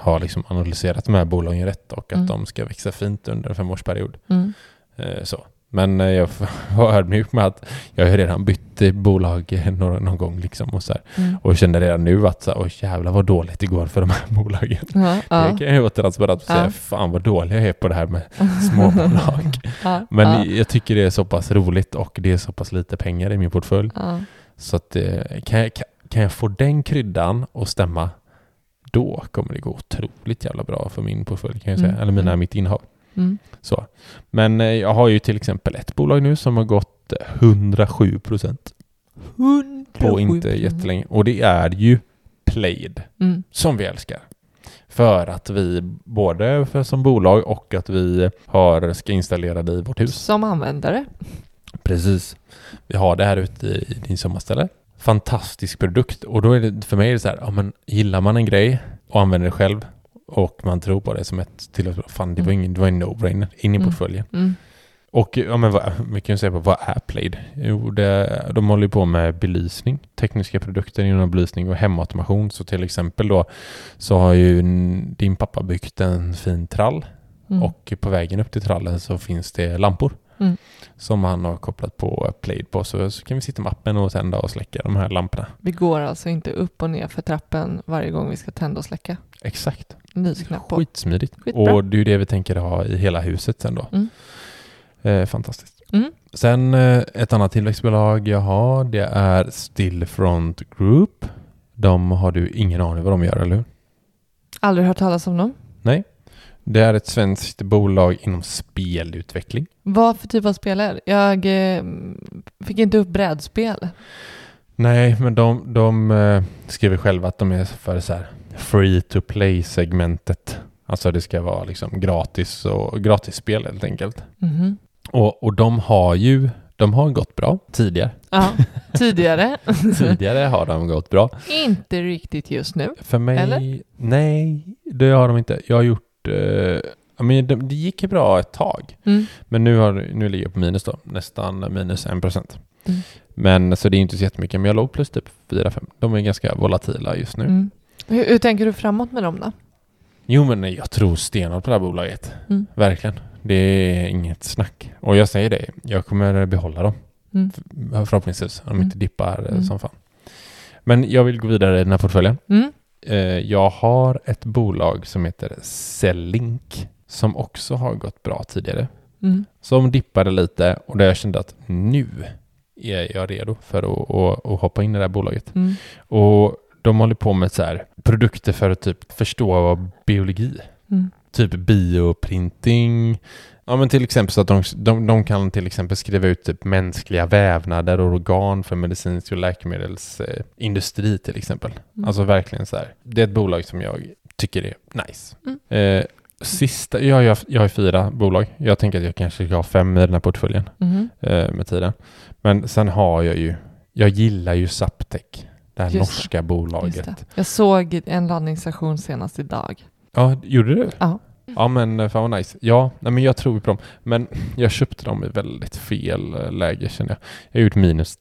Speaker 2: ha liksom analyserat de här bolagen rätt och att
Speaker 1: Mm.
Speaker 2: de ska växa fint under en femårsperiod.
Speaker 1: mm,
Speaker 2: Eh, så. Men eh, jag f- var ödmjuk med att jag har ju redan bytt eh, bolag eh, någon, någon gång. Liksom och, så här.
Speaker 1: mm.
Speaker 2: och kände redan nu att så här, oj jävlar vad dåligt det går för de här bolagen.
Speaker 1: Ja, ja,
Speaker 2: Det kan jag ju vara transparent och säga,
Speaker 1: Ja.
Speaker 2: fan vad dålig jag är på det här med småbolag.
Speaker 1: ja,
Speaker 2: Men
Speaker 1: ja,
Speaker 2: jag tycker det är så pass roligt och det är så pass lite pengar i min portfölj.
Speaker 1: ja.
Speaker 2: Så att, eh, kan, jag, kan- kan jag få den kryddan att stämma, då kommer det gå otroligt jävla bra för min portfölj kan jag säga.
Speaker 1: Mm.
Speaker 2: Eller mina,
Speaker 1: Mm.
Speaker 2: mitt innehav.
Speaker 1: Mm,
Speaker 2: Så. Men eh, jag har ju till exempel ett bolag nu som har gått eh, 107 procent på
Speaker 1: 107%.
Speaker 2: inte jättelänge. Och det är ju Played,
Speaker 1: Mm,
Speaker 2: som vi älskar. För att vi, både för, som bolag och att vi har, ska installera det i vårt hus.
Speaker 1: Som användare.
Speaker 2: Precis. Vi har det här ute i, i din sommarställe. Fantastisk produkt. Och då är det för mig är det så här, ja, men gillar man en grej och använder det själv och man tror på det som ett tillväxtbolag, fan det var, ingen, det var en no-brainer, in i
Speaker 1: Mm.
Speaker 2: portföljen.
Speaker 1: Mm,
Speaker 2: Och ja, men vad, vi kan ju säga på, vad är Plaid? Jo, det, de håller ju på med belysning, tekniska produkter inom belysning och hemautomation. Så till exempel då så har ju n- din pappa byggt en fin trall
Speaker 1: mm,
Speaker 2: och på vägen upp till trallen så finns det lampor
Speaker 1: Mm.
Speaker 2: som han har kopplat på Plaid på. Så, så kan vi sitta med appen och tända och släcka de här lamporna.
Speaker 1: Vi går alltså inte upp och ner för trappen varje gång vi ska tända och släcka.
Speaker 2: Exakt.
Speaker 1: Ny knapp på.
Speaker 2: Skitsmidigt.
Speaker 1: Skitbra.
Speaker 2: Och det är ju det vi tänker ha i hela huset sen då.
Speaker 1: Mm.
Speaker 2: Eh, fantastiskt.
Speaker 1: Mm.
Speaker 2: Sen eh, ett annat tillväxtbolag jag har det är Stillfront Group. De har du ingen aning vad de gör, eller hur?
Speaker 1: Aldrig hört talas om dem.
Speaker 2: Det är ett svenskt bolag inom spelutveckling.
Speaker 1: Vad för typ av spel är det? Jag eh, fick inte upp brädspel.
Speaker 2: Nej, men de, de eh, skriver själva att de är för så här free to play-segmentet. Alltså det ska vara liksom gratis och gratisspel helt enkelt.
Speaker 1: Mhm.
Speaker 2: Och, och de har ju de har gått bra tidigare.
Speaker 1: Ja, tidigare.
Speaker 2: Tidigare har de gått bra.
Speaker 1: inte riktigt just nu.
Speaker 2: För mig...
Speaker 1: Eller?
Speaker 2: Nej, det har de inte. Jag har gjort... Eh, ja, ja, men det, det gick ju bra ett tag.
Speaker 1: Mm.
Speaker 2: Men nu, har, nu ligger jag på minus då, nästan minus 1 procent.
Speaker 1: Mm.
Speaker 2: Men så det är inte så jättemycket, men jag låg plus typ 4-5. De är ganska volatila just nu.
Speaker 1: Mm. Hur, hur tänker du framåt med dem då?
Speaker 2: Jo, men nej, jag tror stenhårt på det här bolaget.
Speaker 1: Mm.
Speaker 2: Verkligen. Det är inget snack. Och jag säger det, jag kommer behålla dem.
Speaker 1: Mm.
Speaker 2: F- Förhoppningsvis, om de
Speaker 1: Mm.
Speaker 2: inte dippar eh,
Speaker 1: Mm.
Speaker 2: som fan. Men jag vill gå vidare i den här portföljen.
Speaker 1: Mm.
Speaker 2: Eh, Jag har ett bolag som heter Sellink som också har gått bra tidigare.
Speaker 1: Mm.
Speaker 2: Som dippade lite och där jag kände att nu är jag redo för att, att, att hoppa in i det här bolaget.
Speaker 1: Mm.
Speaker 2: Och de håller på med så här produkter för att typ förstå vad biologi,
Speaker 1: Mm.
Speaker 2: typ bioprinting. Ja, men till exempel så att de, de, de kan till exempel skriva ut typ mänskliga vävnader och organ för medicinsk och läkemedelsindustri till exempel.
Speaker 1: Mm.
Speaker 2: Alltså verkligen så här. Det är ett bolag som jag tycker är nice.
Speaker 1: Mm.
Speaker 2: Eh, sista, jag, jag, jag har fyra bolag. Jag tänker att jag kanske ska ha fem i den här portföljen
Speaker 1: Mm.
Speaker 2: eh, med tiden. Men sen har jag ju, jag gillar ju Saptec, det här
Speaker 1: Just det.
Speaker 2: norska
Speaker 1: Just
Speaker 2: bolaget.
Speaker 1: det. Jag såg en landningsstation senast idag.
Speaker 2: Ja, gjorde du?
Speaker 1: Ja.
Speaker 2: Ja, men eh, fan vad nice. Ja, nej, men jag tror på dem. Men jag köpte dem i väldigt fel eh, läge känner jag. Jag har gjort minus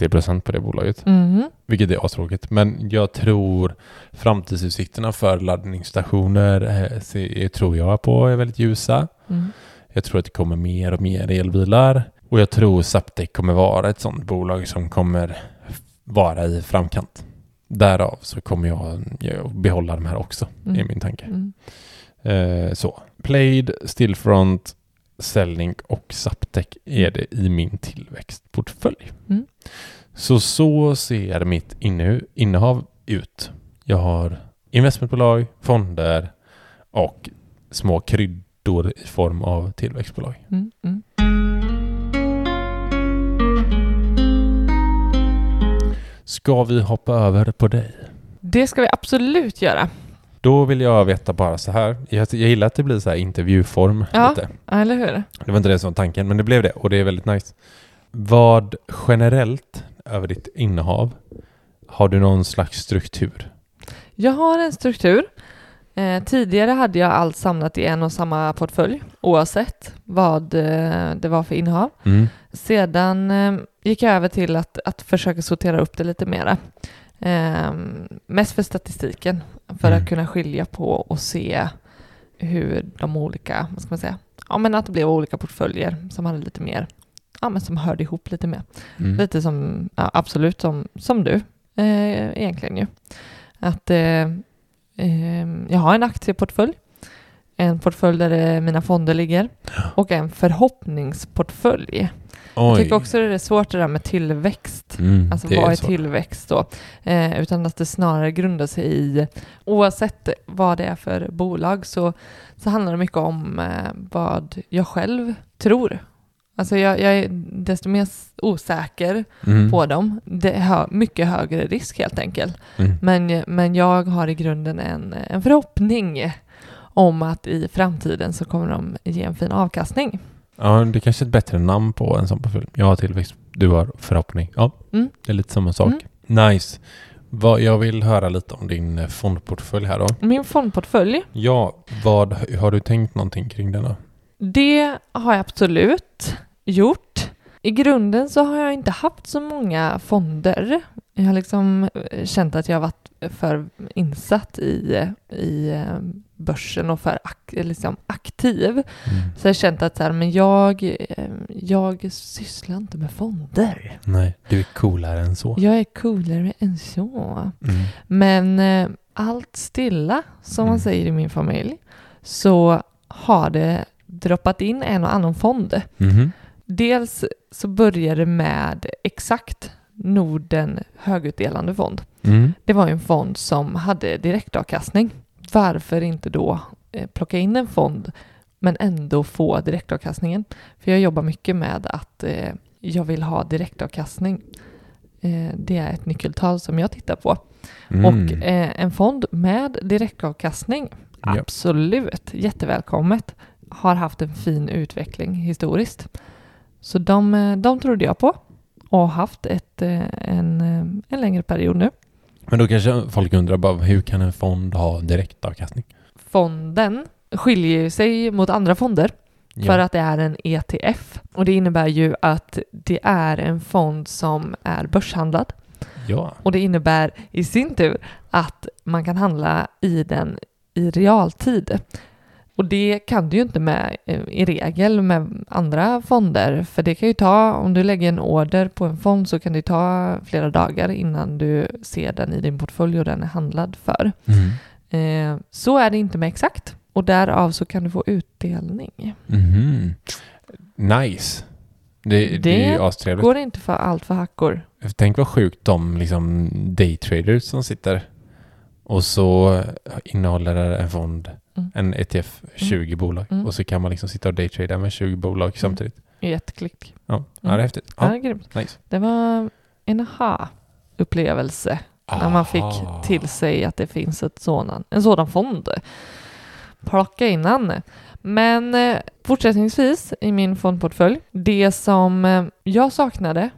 Speaker 2: 30% på det bolaget,
Speaker 1: Mm.
Speaker 2: vilket är astråkigt. Men jag tror framtidsutsikterna för laddningsstationer eh, se- tror jag på är väldigt ljusa.
Speaker 1: Mm.
Speaker 2: Jag tror att det kommer mer och mer elbilar och jag tror Zaptec kommer vara ett sådant bolag som kommer vara i framkant. Därav så kommer jag, jag behålla de här också,
Speaker 1: Mm.
Speaker 2: är min tanke.
Speaker 1: Mm.
Speaker 2: Eh, så. Played, Stillfront, Sellink och Zaptec är det i min tillväxtportfölj.
Speaker 1: Mm.
Speaker 2: Så så ser mitt innehu- innehav ut. Jag har investmentbolag, fonder och små kryddor i form av tillväxtbolag.
Speaker 1: Mm. Mm.
Speaker 2: Ska vi hoppa över på dig?
Speaker 1: Det ska vi absolut göra.
Speaker 2: Då vill jag veta bara så här. Jag, jag gillar att det blir så här intervjuform.
Speaker 1: Ja.
Speaker 2: Lite.
Speaker 1: Ja, Eller hur?
Speaker 2: Det var inte det som var tanken, men det blev det och det är väldigt nice. Vad generellt över ditt innehav har du någon slags struktur?
Speaker 1: Jag har en struktur. Eh, tidigare hade jag allt samlat i en och samma portfölj oavsett vad eh, det var för innehav.
Speaker 2: Mm.
Speaker 1: Sedan eh, gick jag över till att, att försöka sortera upp det lite mera. Eh, mest för statistiken, för
Speaker 2: Mm.
Speaker 1: att kunna skilja på och se hur de olika, vad ska man säga, ja men att det blev olika portföljer som hade lite mer, ja men som hörde ihop lite mer.
Speaker 2: Mm.
Speaker 1: Lite som, ja, absolut som, som du eh, egentligen ju. Att eh, eh, jag har en aktieportfölj, en portfölj där eh, mina fonder ligger och en förhoppningsportfölj. Jag
Speaker 2: Oj.
Speaker 1: tycker också det är svårt det där med tillväxt.
Speaker 2: Mm,
Speaker 1: Alltså
Speaker 2: det
Speaker 1: vad är
Speaker 2: så.
Speaker 1: tillväxt då? Eh, utan att det snarare grundar sig i, oavsett vad det är för bolag så, så handlar det mycket om eh, vad jag själv tror. Alltså jag, jag är desto mer s- osäker
Speaker 2: Mm.
Speaker 1: på dem. Det är hö- mycket högre risk helt enkelt.
Speaker 2: Mm.
Speaker 1: Men, men jag har i grunden en, en förhoppning om att i framtiden så kommer de ge en fin avkastning.
Speaker 2: Ja, det kanske är ett bättre namn på en sån portfölj. Jag har tillväxt, du har förhoppning. Ja,
Speaker 1: Mm.
Speaker 2: det är lite samma sak. Nice. Vad, jag vill höra lite om din eh, fondportfölj här då.
Speaker 1: Min fondportfölj
Speaker 2: Ja, vad, har du tänkt någonting kring denna?
Speaker 1: Det har jag absolut gjort. I grunden så har jag inte haft så många fonder. Jag har liksom eh, känt att jag har varit för insatt i, i eh, börsen och för ak- liksom aktiv.
Speaker 2: Mm.
Speaker 1: Så jag har känt att så här, men jag, eh, jag sysslar inte med fonder.
Speaker 2: Nej, du är coolare än så.
Speaker 1: Jag är coolare än så.
Speaker 2: Mm.
Speaker 1: Men eh, allt stilla, som man
Speaker 2: Mm.
Speaker 1: säger i min familj, så har det droppat in en och annan fond.
Speaker 2: Mhm.
Speaker 1: Dels så började det med exakt Norden högutdelande fond.
Speaker 2: Mm.
Speaker 1: Det var ju en fond som hade direktavkastning. Varför inte då eh, plocka in en fond men ändå få direktavkastningen? För jag jobbar mycket med att eh, jag vill ha direktavkastning. Eh, Det är ett nyckeltal som jag tittar på.
Speaker 2: Mm.
Speaker 1: Och eh, en fond med direktavkastning,
Speaker 2: Ja.
Speaker 1: absolut, jättevälkommet. Har haft en fin utveckling historiskt. Så de, eh, de trodde jag på och har haft ett, eh, en, eh, en längre period nu.
Speaker 2: Men då kanske folk undrar bara, hur kan en fond ha direktavkastning?
Speaker 1: Fonden skiljer sig mot andra fonder för
Speaker 2: Ja.
Speaker 1: att det är en ETF. Och det innebär ju att det är en fond som är börshandlad.
Speaker 2: ja.
Speaker 1: Och det innebär i sin tur att man kan handla i den i realtid. Och det kan du ju inte med eh, i regel med andra fonder. För det kan ju ta, om du lägger en order på en fond så kan det ju ta flera dagar innan du ser den i din portfölj och den är handlad för.
Speaker 2: Mm.
Speaker 1: Eh, Så är det inte med exakt. Och därav så kan du få utdelning.
Speaker 2: Mhm. Nice. Det, det, är ju
Speaker 1: Det
Speaker 2: astrevligt.
Speaker 1: Går det inte för allt för hackor?
Speaker 2: Tänk vad sjukt de liksom, daytraders som sitter och så innehåller det en fond,
Speaker 1: Mm.
Speaker 2: en E ETF, 20 bolag
Speaker 1: Mm.
Speaker 2: och så kan man liksom sitta och daytrada med 20 bolag samtidigt.
Speaker 1: Ett klick.
Speaker 2: Ja, ja det är häftigt.
Speaker 1: Mm. Ja.
Speaker 2: Ja,
Speaker 1: grymt.
Speaker 2: nice.
Speaker 1: Det var en aha-upplevelse när man fick
Speaker 2: Aha.
Speaker 1: till sig att det finns ett sådan, en sådan fond. Plocka in den. Men eh, fortsättningsvis i min fondportfölj, det som eh, jag saknade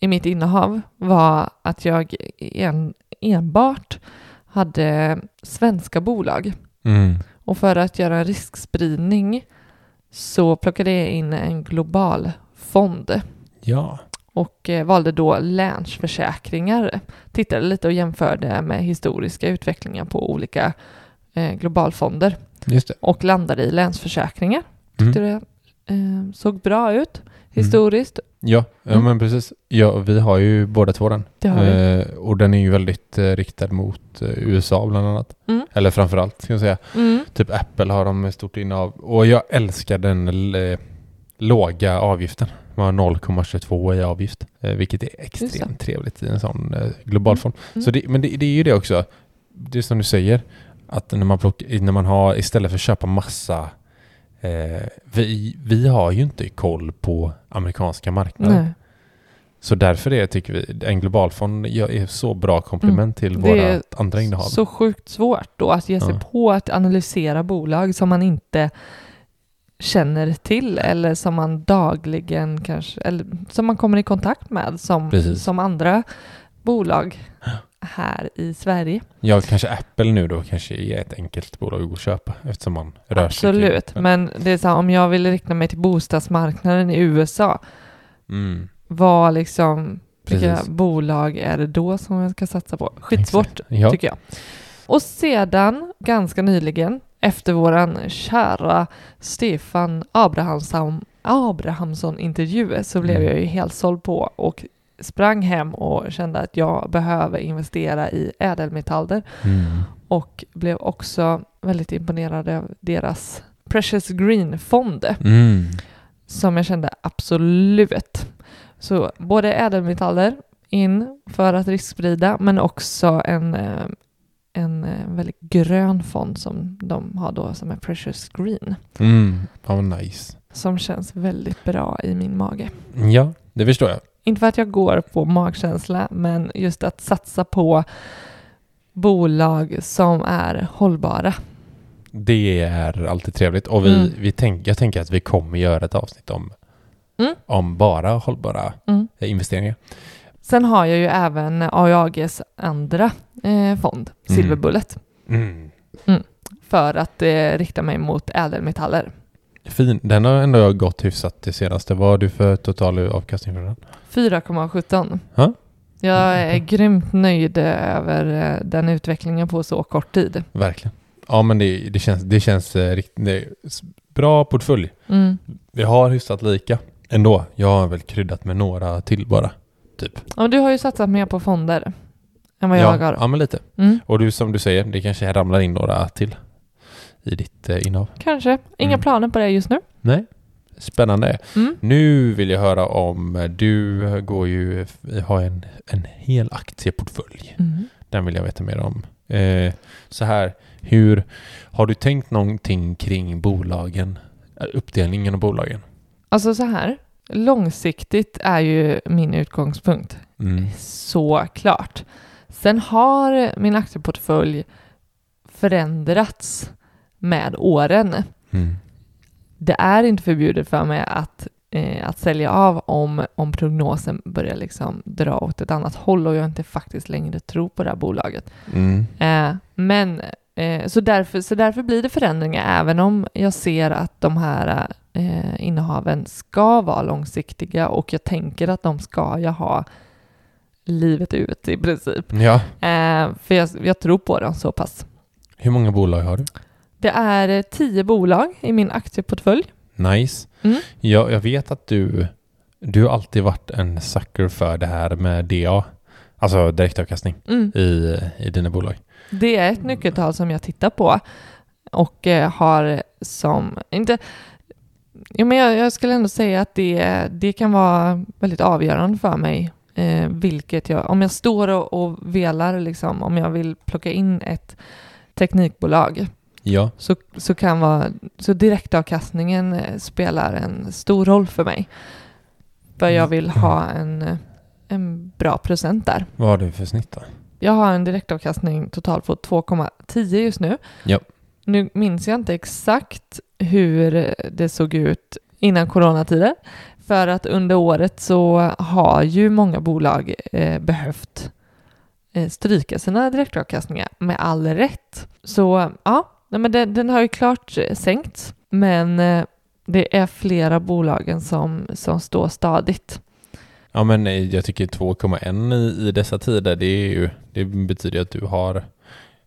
Speaker 1: i mitt innehav var att jag en, enbart hade svenska bolag.
Speaker 2: Mm.
Speaker 1: Och för att göra en riskspridning så plockade jag in en global fond
Speaker 2: Ja.
Speaker 1: och eh, valde då Länsförsäkringar. Tittade lite och jämförde med historiska utvecklingar på olika eh, globalfonder
Speaker 2: just det.
Speaker 1: och landade i Länsförsäkringar.
Speaker 2: Mm.
Speaker 1: Tyckte det eh, såg bra ut historiskt.
Speaker 2: Ja, ja
Speaker 1: Mm.
Speaker 2: men precis. Ja, vi har ju båda två den.
Speaker 1: Det har vi.
Speaker 2: Eh, och den är ju väldigt eh, riktad mot eh, USA bland annat.
Speaker 1: Mm.
Speaker 2: Eller framförallt ska jag säga.
Speaker 1: Mm.
Speaker 2: Typ Apple har de ett stort innehav. Och jag älskar den l- eh, låga avgiften. Man har 0,22 i avgift. eh, Vilket är extremt trevligt i en sån eh, global
Speaker 1: Mm,
Speaker 2: form.
Speaker 1: mm.
Speaker 2: Så det, men det, det är ju det också. Det är som du säger. Att när man, plock, när man har, istället för att köpa massa eh, vi, vi har ju inte koll på amerikanska marknaden.
Speaker 1: Nej.
Speaker 2: Så därför är, tycker vi en globalfond ja, är så bra komplement till
Speaker 1: Mm. Det
Speaker 2: våra
Speaker 1: är
Speaker 2: andra innehav.
Speaker 1: Så sjukt svårt då att ge sig
Speaker 2: Ja.
Speaker 1: på att analysera bolag som man inte känner till eller som man dagligen kanske, eller som man kommer i kontakt med som,
Speaker 2: Precis.
Speaker 1: som andra bolag här i Sverige.
Speaker 2: Ja, kanske Apple nu då kanske är ett enkelt bolag att köpa eftersom man rör sig
Speaker 1: Absolut,
Speaker 2: till.
Speaker 1: men det är så här, om jag ville rikta mig till bostadsmarknaden i USA,
Speaker 2: Mm,
Speaker 1: vad liksom, vilka
Speaker 2: precis.
Speaker 1: bolag är det då som jag ska satsa på? Skitsvårt
Speaker 2: Exakt. Ja.
Speaker 1: tycker jag. Och sedan, ganska nyligen, efter våran kära Stefan Abrahamsson, Abrahamsson-intervju så blev
Speaker 2: Mm.
Speaker 1: jag ju helt såld på och sprang hem och kände att jag behöver investera i ädelmetaller
Speaker 2: Mm.
Speaker 1: och blev också väldigt imponerad av deras Precious Green-fond
Speaker 2: Mm.
Speaker 1: som jag kände absolut. Så både ädelmetaller in för att risksprida men också en, eh, en eh, väldigt grön fond som de har då som är Precious Green
Speaker 2: Mm. Ja, vad nice.
Speaker 1: som känns väldigt bra i min mage.
Speaker 2: Ja, det förstår jag.
Speaker 1: Inte för att jag går på magkänsla men just att satsa på bolag som är hållbara.
Speaker 2: Det är alltid trevligt. Och vi,
Speaker 1: Mm.
Speaker 2: vi tänk, jag tänker att vi kommer göra ett avsnitt om,
Speaker 1: Mm.
Speaker 2: om bara hållbara
Speaker 1: Mm.
Speaker 2: eh, investeringar.
Speaker 1: Sen har jag ju även AIAGs andra eh, fond,
Speaker 2: Mm.
Speaker 1: Silver Bullet.
Speaker 2: Mm.
Speaker 1: för att eh, rikta mig mot ädelmetaller.
Speaker 2: Fin. Den har ändå gått hyfsat det senaste. Vad har du för total avkastning från den?
Speaker 1: 4,17.
Speaker 2: Ja.
Speaker 1: Jag är grymt nöjd över eh, den utvecklingen på så kort tid.
Speaker 2: Verkligen. Ja, men det, det känns, det känns eh, rikt, det är s- bra portfölj.
Speaker 1: Mm.
Speaker 2: Vi har hyfsat lika ändå. Jag har väl kryddat med några till bara. Typ.
Speaker 1: Ja, men du har ju satsat mer på fonder än vad
Speaker 2: ja,
Speaker 1: jag har.
Speaker 2: ja, men lite.
Speaker 1: Mm.
Speaker 2: Och du som du säger, det kanske ramlar in några till i ditt eh, innehav.
Speaker 1: Kanske. Inga
Speaker 2: Mm.
Speaker 1: planer på det just nu.
Speaker 2: Nej, spännande.
Speaker 1: Mm.
Speaker 2: Nu vill jag höra om, eh, du går ju, har en, en hel aktieportfölj.
Speaker 1: Mm.
Speaker 2: Den vill jag veta mer om. Eh, så här, hur har du tänkt någonting kring bolagen? Eh, Uppdelningen av bolagen?
Speaker 1: Alltså så här, långsiktigt är ju min utgångspunkt.
Speaker 2: Mm.
Speaker 1: Såklart. Sen har min aktieportfölj förändrats med åren.
Speaker 2: Mm.
Speaker 1: det är inte förbjudet för mig att, eh, att sälja av om, om prognosen börjar liksom dra åt ett annat håll och jag inte faktiskt längre tror på det här bolaget.
Speaker 2: Mm.
Speaker 1: Eh, men Eh, så, därför, så därför blir det förändringar även om jag ser att de här eh, innehaven ska vara långsiktiga och jag tänker att de ska jag ha livet ut i princip.
Speaker 2: Ja.
Speaker 1: Eh, för jag, jag tror på dem så pass.
Speaker 2: Hur många bolag har du?
Speaker 1: Det är eh, tio bolag i min aktieportfölj.
Speaker 2: Nice.
Speaker 1: Mm.
Speaker 2: Jag, jag vet att du, du har alltid varit en sucker för det här med DA, alltså direktavkastning
Speaker 1: Mm.
Speaker 2: i, i dina bolag.
Speaker 1: Det är ett nyckeltal som jag tittar på och eh, har som, inte, ja, men jag, jag skulle ändå säga att det, det kan vara väldigt avgörande för mig eh, vilket jag, om jag står och, och velar liksom, om jag vill plocka in ett teknikbolag
Speaker 2: Ja.
Speaker 1: så, så kan vara, så direktavkastningen eh, spelar en stor roll för mig. För jag vill ha en, eh, en bra procent där.
Speaker 2: Vad har du för snitt då?
Speaker 1: Jag har en direktavkastning totalt på 2,10 just nu.
Speaker 2: Ja.
Speaker 1: Nu minns jag inte exakt hur det såg ut innan coronatiden. För att under året så har ju många bolag eh, behövt eh, stryka sina direktavkastningar med all rätt. Så ja, nej, men den, den har ju klart eh, sänkts. Men eh, det är flera bolagen som, som står stadigt.
Speaker 2: Ja men eh, jag tycker 2,1 i, i dessa tider det, är ju, det betyder ju att du har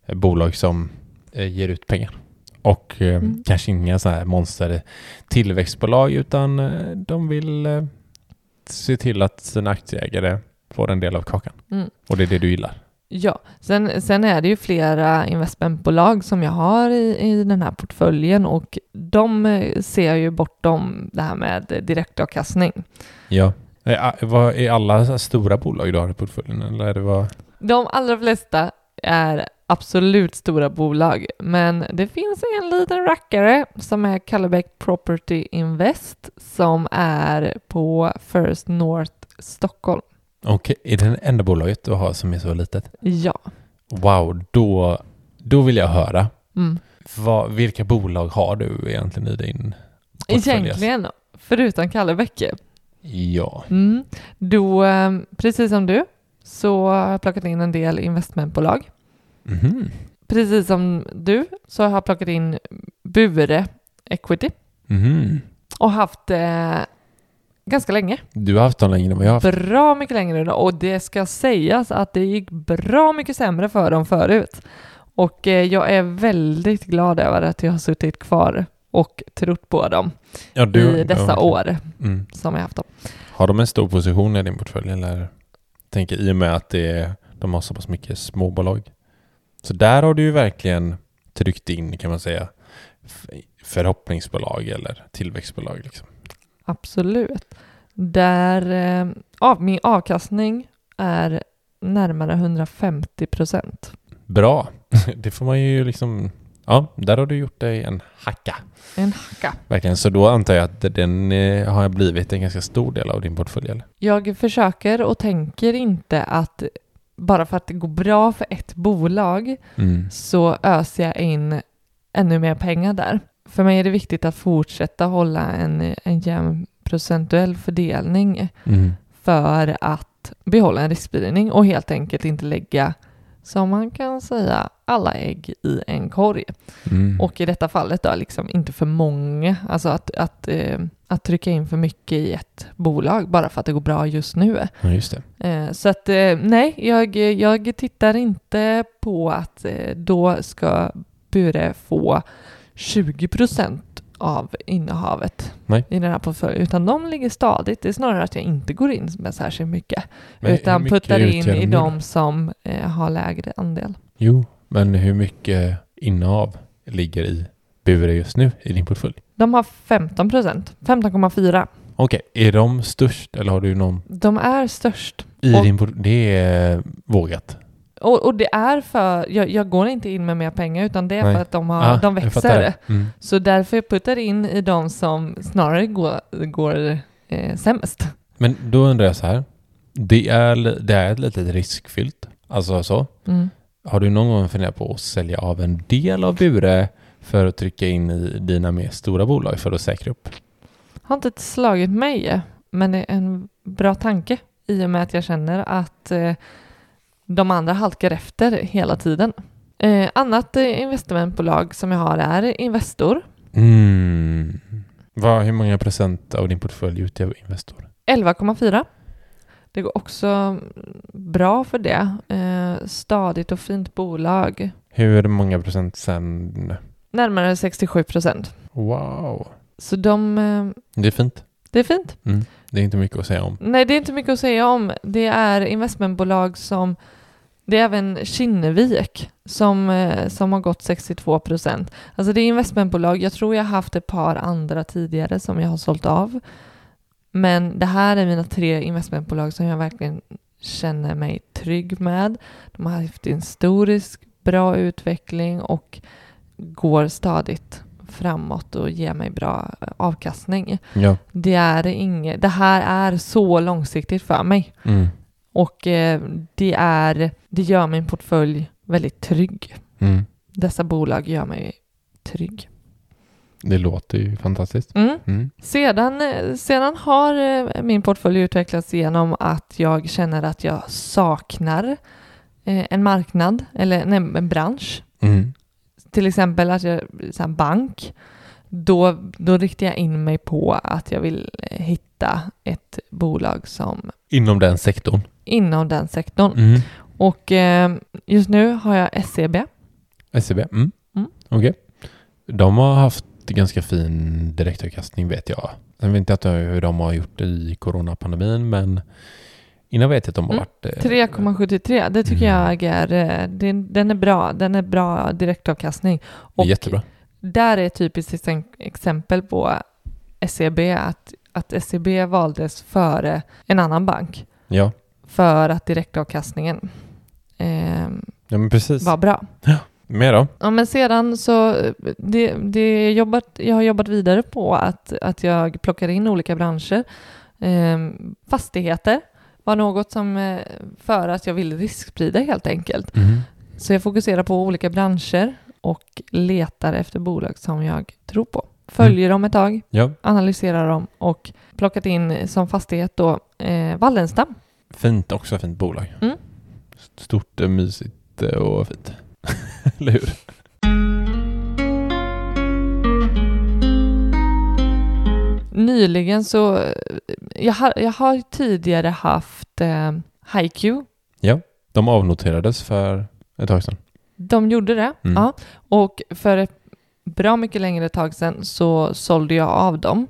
Speaker 2: eh, bolag som eh, ger ut pengar. Och eh,
Speaker 1: Mm.
Speaker 2: kanske inga så här monster tillväxtbolag utan eh, de vill eh, se till att sina aktieägare får en del av kakan.
Speaker 1: Mm.
Speaker 2: Och det är det du gillar.
Speaker 1: Ja, sen, sen är det ju flera investmentbolag som jag har i, i den här portföljen och de eh, ser ju bortom det här med eh, direktavkastning.
Speaker 2: Ja. Eh, Vad är alla så här stora bolag du har i portföljen? Eller är det vad?
Speaker 1: De allra flesta är absolut stora bolag, men det finns en liten rackare som är Kallebäck Property Invest som är på First North Stockholm.
Speaker 2: Okej, är det det enda bolaget du har som är så litet?
Speaker 1: Ja.
Speaker 2: Wow, då, då vill jag höra.
Speaker 1: Mm.
Speaker 2: Vad, vilka bolag har du egentligen i din portfölj?
Speaker 1: Egentligen, förutom Kallebäck,
Speaker 2: Ja.
Speaker 1: Mm. Då, eh, precis som du, så har jag plockat in en del investmentbolag.
Speaker 2: Mhm.
Speaker 1: Precis som du så har jag plockat in Bure Equity
Speaker 2: Mhm.
Speaker 1: och haft eh, ganska länge.
Speaker 2: Du har haft dem längre än vad jag har haft.
Speaker 1: Bra mycket längre nu och det ska sägas att det gick bra mycket sämre för dem förut. Och eh, jag är väldigt glad över att jag har suttit kvar och trott på dem
Speaker 2: Ja,
Speaker 1: i dessa
Speaker 2: ja.
Speaker 1: år
Speaker 2: Mm.
Speaker 1: som jag haft dem.
Speaker 2: Har de en stor position i din portfölj? Eller? Tänker i och med att det är, de har så pass mycket småbolag. Så där har du ju verkligen tryckt in, kan man säga, f- förhoppningsbolag eller tillväxtbolag. Liksom.
Speaker 1: Absolut. Där eh, av, min avkastning är närmare 150 procent.
Speaker 2: Bra! Det får man ju liksom... Ja, där har du gjort dig en hacka.
Speaker 1: En hacka.
Speaker 2: Verkligen. Så då antar jag att den eh, har blivit en ganska stor del av din portfölj. Eller?
Speaker 1: Jag försöker och tänker inte att bara för att det går bra för ett bolag
Speaker 2: Mm.
Speaker 1: så öser jag in ännu mer pengar där. För mig är det viktigt att fortsätta hålla en, en jämn procentuell fördelning
Speaker 2: Mm.
Speaker 1: för att behålla en riskspridning och helt enkelt inte lägga, som man kan säga, alla ägg i en korg.
Speaker 2: Mm.
Speaker 1: Och i detta fallet då, liksom inte för många. Alltså att, att, eh, att trycka in för mycket i ett bolag bara för att det går bra just nu.
Speaker 2: Ja, just det.
Speaker 1: Eh, så att eh, nej, jag, jag tittar inte på att eh, då ska Bure få 20% av innehavet
Speaker 2: Nej.
Speaker 1: i den här portföljen. Utan de ligger stadigt. Det är snarare att jag inte går in med särskilt mycket.
Speaker 2: Men hur
Speaker 1: utan
Speaker 2: mycket
Speaker 1: puttar in
Speaker 2: utgör
Speaker 1: i
Speaker 2: nu?
Speaker 1: de som eh, har lägre andel.
Speaker 2: Jo, men hur mycket innehav ligger i Bure just nu i din portfölj?
Speaker 1: De har 15%, 15,4%.
Speaker 2: Okej, är de störst eller har du någon
Speaker 1: De är störst.
Speaker 2: i
Speaker 1: Och-
Speaker 2: din portfölj? Det är vågat.
Speaker 1: Och, och det är för, jag, jag går inte in med mer pengar utan det är
Speaker 2: Nej.
Speaker 1: för att de, har,
Speaker 2: Ah,
Speaker 1: de
Speaker 2: jag fattar
Speaker 1: växer.
Speaker 2: det. Mm.
Speaker 1: Så därför puttar jag in i de som snarare går, går eh, sämst.
Speaker 2: Men då undrar jag så här. Det är, li- det är ett litet riskfyllt. Alltså så.
Speaker 1: Mm.
Speaker 2: Har du någon gång funderat på att sälja av en del av Bure för att trycka in i dina mer stora bolag för att säkra upp?
Speaker 1: Har inte slagit mig, men det är en bra tanke i och med att jag känner att eh, de andra halkar efter hela tiden. Eh, annat eh, investmentbolag som jag har är Investor.
Speaker 2: Mm. Vad, hur många procent av din portfölj utgör Investor?
Speaker 1: 11,4. Det går också bra för det. Eh, stadigt och fint bolag.
Speaker 2: Hur många procent sen?
Speaker 1: Närmare 67 procent.
Speaker 2: Wow.
Speaker 1: Så de, eh,
Speaker 2: Det är fint.
Speaker 1: det är fint.
Speaker 2: Det är inte mycket att säga om.
Speaker 1: Nej, det är inte mycket att säga om. Det är investmentbolag som... Det är även Kinnevik som, eh, som har gått 62 procent. Alltså det är investmentbolag. Jag tror jag har haft ett par andra tidigare som jag har sålt av. Men det här är mina tre investmentbolag som jag verkligen känner mig trygg med. De har haft en historisk bra utveckling och går stadigt framåt och ger mig bra eh, avkastning.
Speaker 2: Ja.
Speaker 1: Det är inget, det här är så långsiktigt för mig
Speaker 2: Mm.
Speaker 1: och eh, det är, det gör min portfölj väldigt trygg.
Speaker 2: Mm.
Speaker 1: Dessa bolag gör mig trygg.
Speaker 2: Det låter ju fantastiskt.
Speaker 1: Mm.
Speaker 2: Mm.
Speaker 1: Sedan, eh, sedan har eh, min portfölj utvecklats genom att jag känner att jag saknar eh, en marknad eller nej, en bransch.
Speaker 2: Mm.
Speaker 1: Till exempel att jag, så här, bank, då, då riktar jag in mig på att jag vill eh, hitta ett bolag som
Speaker 2: Inom den sektorn.
Speaker 1: inom den sektorn.
Speaker 2: Mm.
Speaker 1: Och eh, just nu har jag E SEB.
Speaker 2: Eh, SEB. Mm.
Speaker 1: Mm.
Speaker 2: Okej. De har haft ganska fin direktavkastning vet jag. Sen vet jag inte hur de har gjort i coronapandemin men innan vet jag att de har
Speaker 1: Mm.
Speaker 2: varit... eh,
Speaker 1: 3,73. Det tycker
Speaker 2: Mm.
Speaker 1: jag är, eh, den, den är bra. Den är bra direktavkastning. Och
Speaker 2: Jättebra.
Speaker 1: där är ett typiskt exem- exempel på SEB att, att SEB valdes före en annan bank
Speaker 2: Ja.
Speaker 1: för att direktavkastningen eh,
Speaker 2: ja, men precis.
Speaker 1: var bra.
Speaker 2: Mer då?
Speaker 1: Ja, men sedan så, eh, det, det är jobbat, jag har jobbat vidare på att, att jag plockar in olika branscher. Ehm, fastigheter var något som, eh, för att jag vill riskprida helt enkelt. Så jag fokuserar på olika branscher och letar efter bolag som jag tror på. Följer dem ett tag,
Speaker 2: Ja,
Speaker 1: analyserar dem och plockat in som fastighet då eh, Wallenstam.
Speaker 2: fint också. Fint bolag.
Speaker 1: Mm.
Speaker 2: Stort, eh, mysigt eh, och fint. Eller hur?
Speaker 1: Nyligen så, eh, jag har, jag har tidigare haft eh, Haiku
Speaker 2: De avnoterades för ett tag sedan.
Speaker 1: De gjorde det,
Speaker 2: Mm.
Speaker 1: ja. Och för ett bra mycket längre tag sedan så sålde jag av dem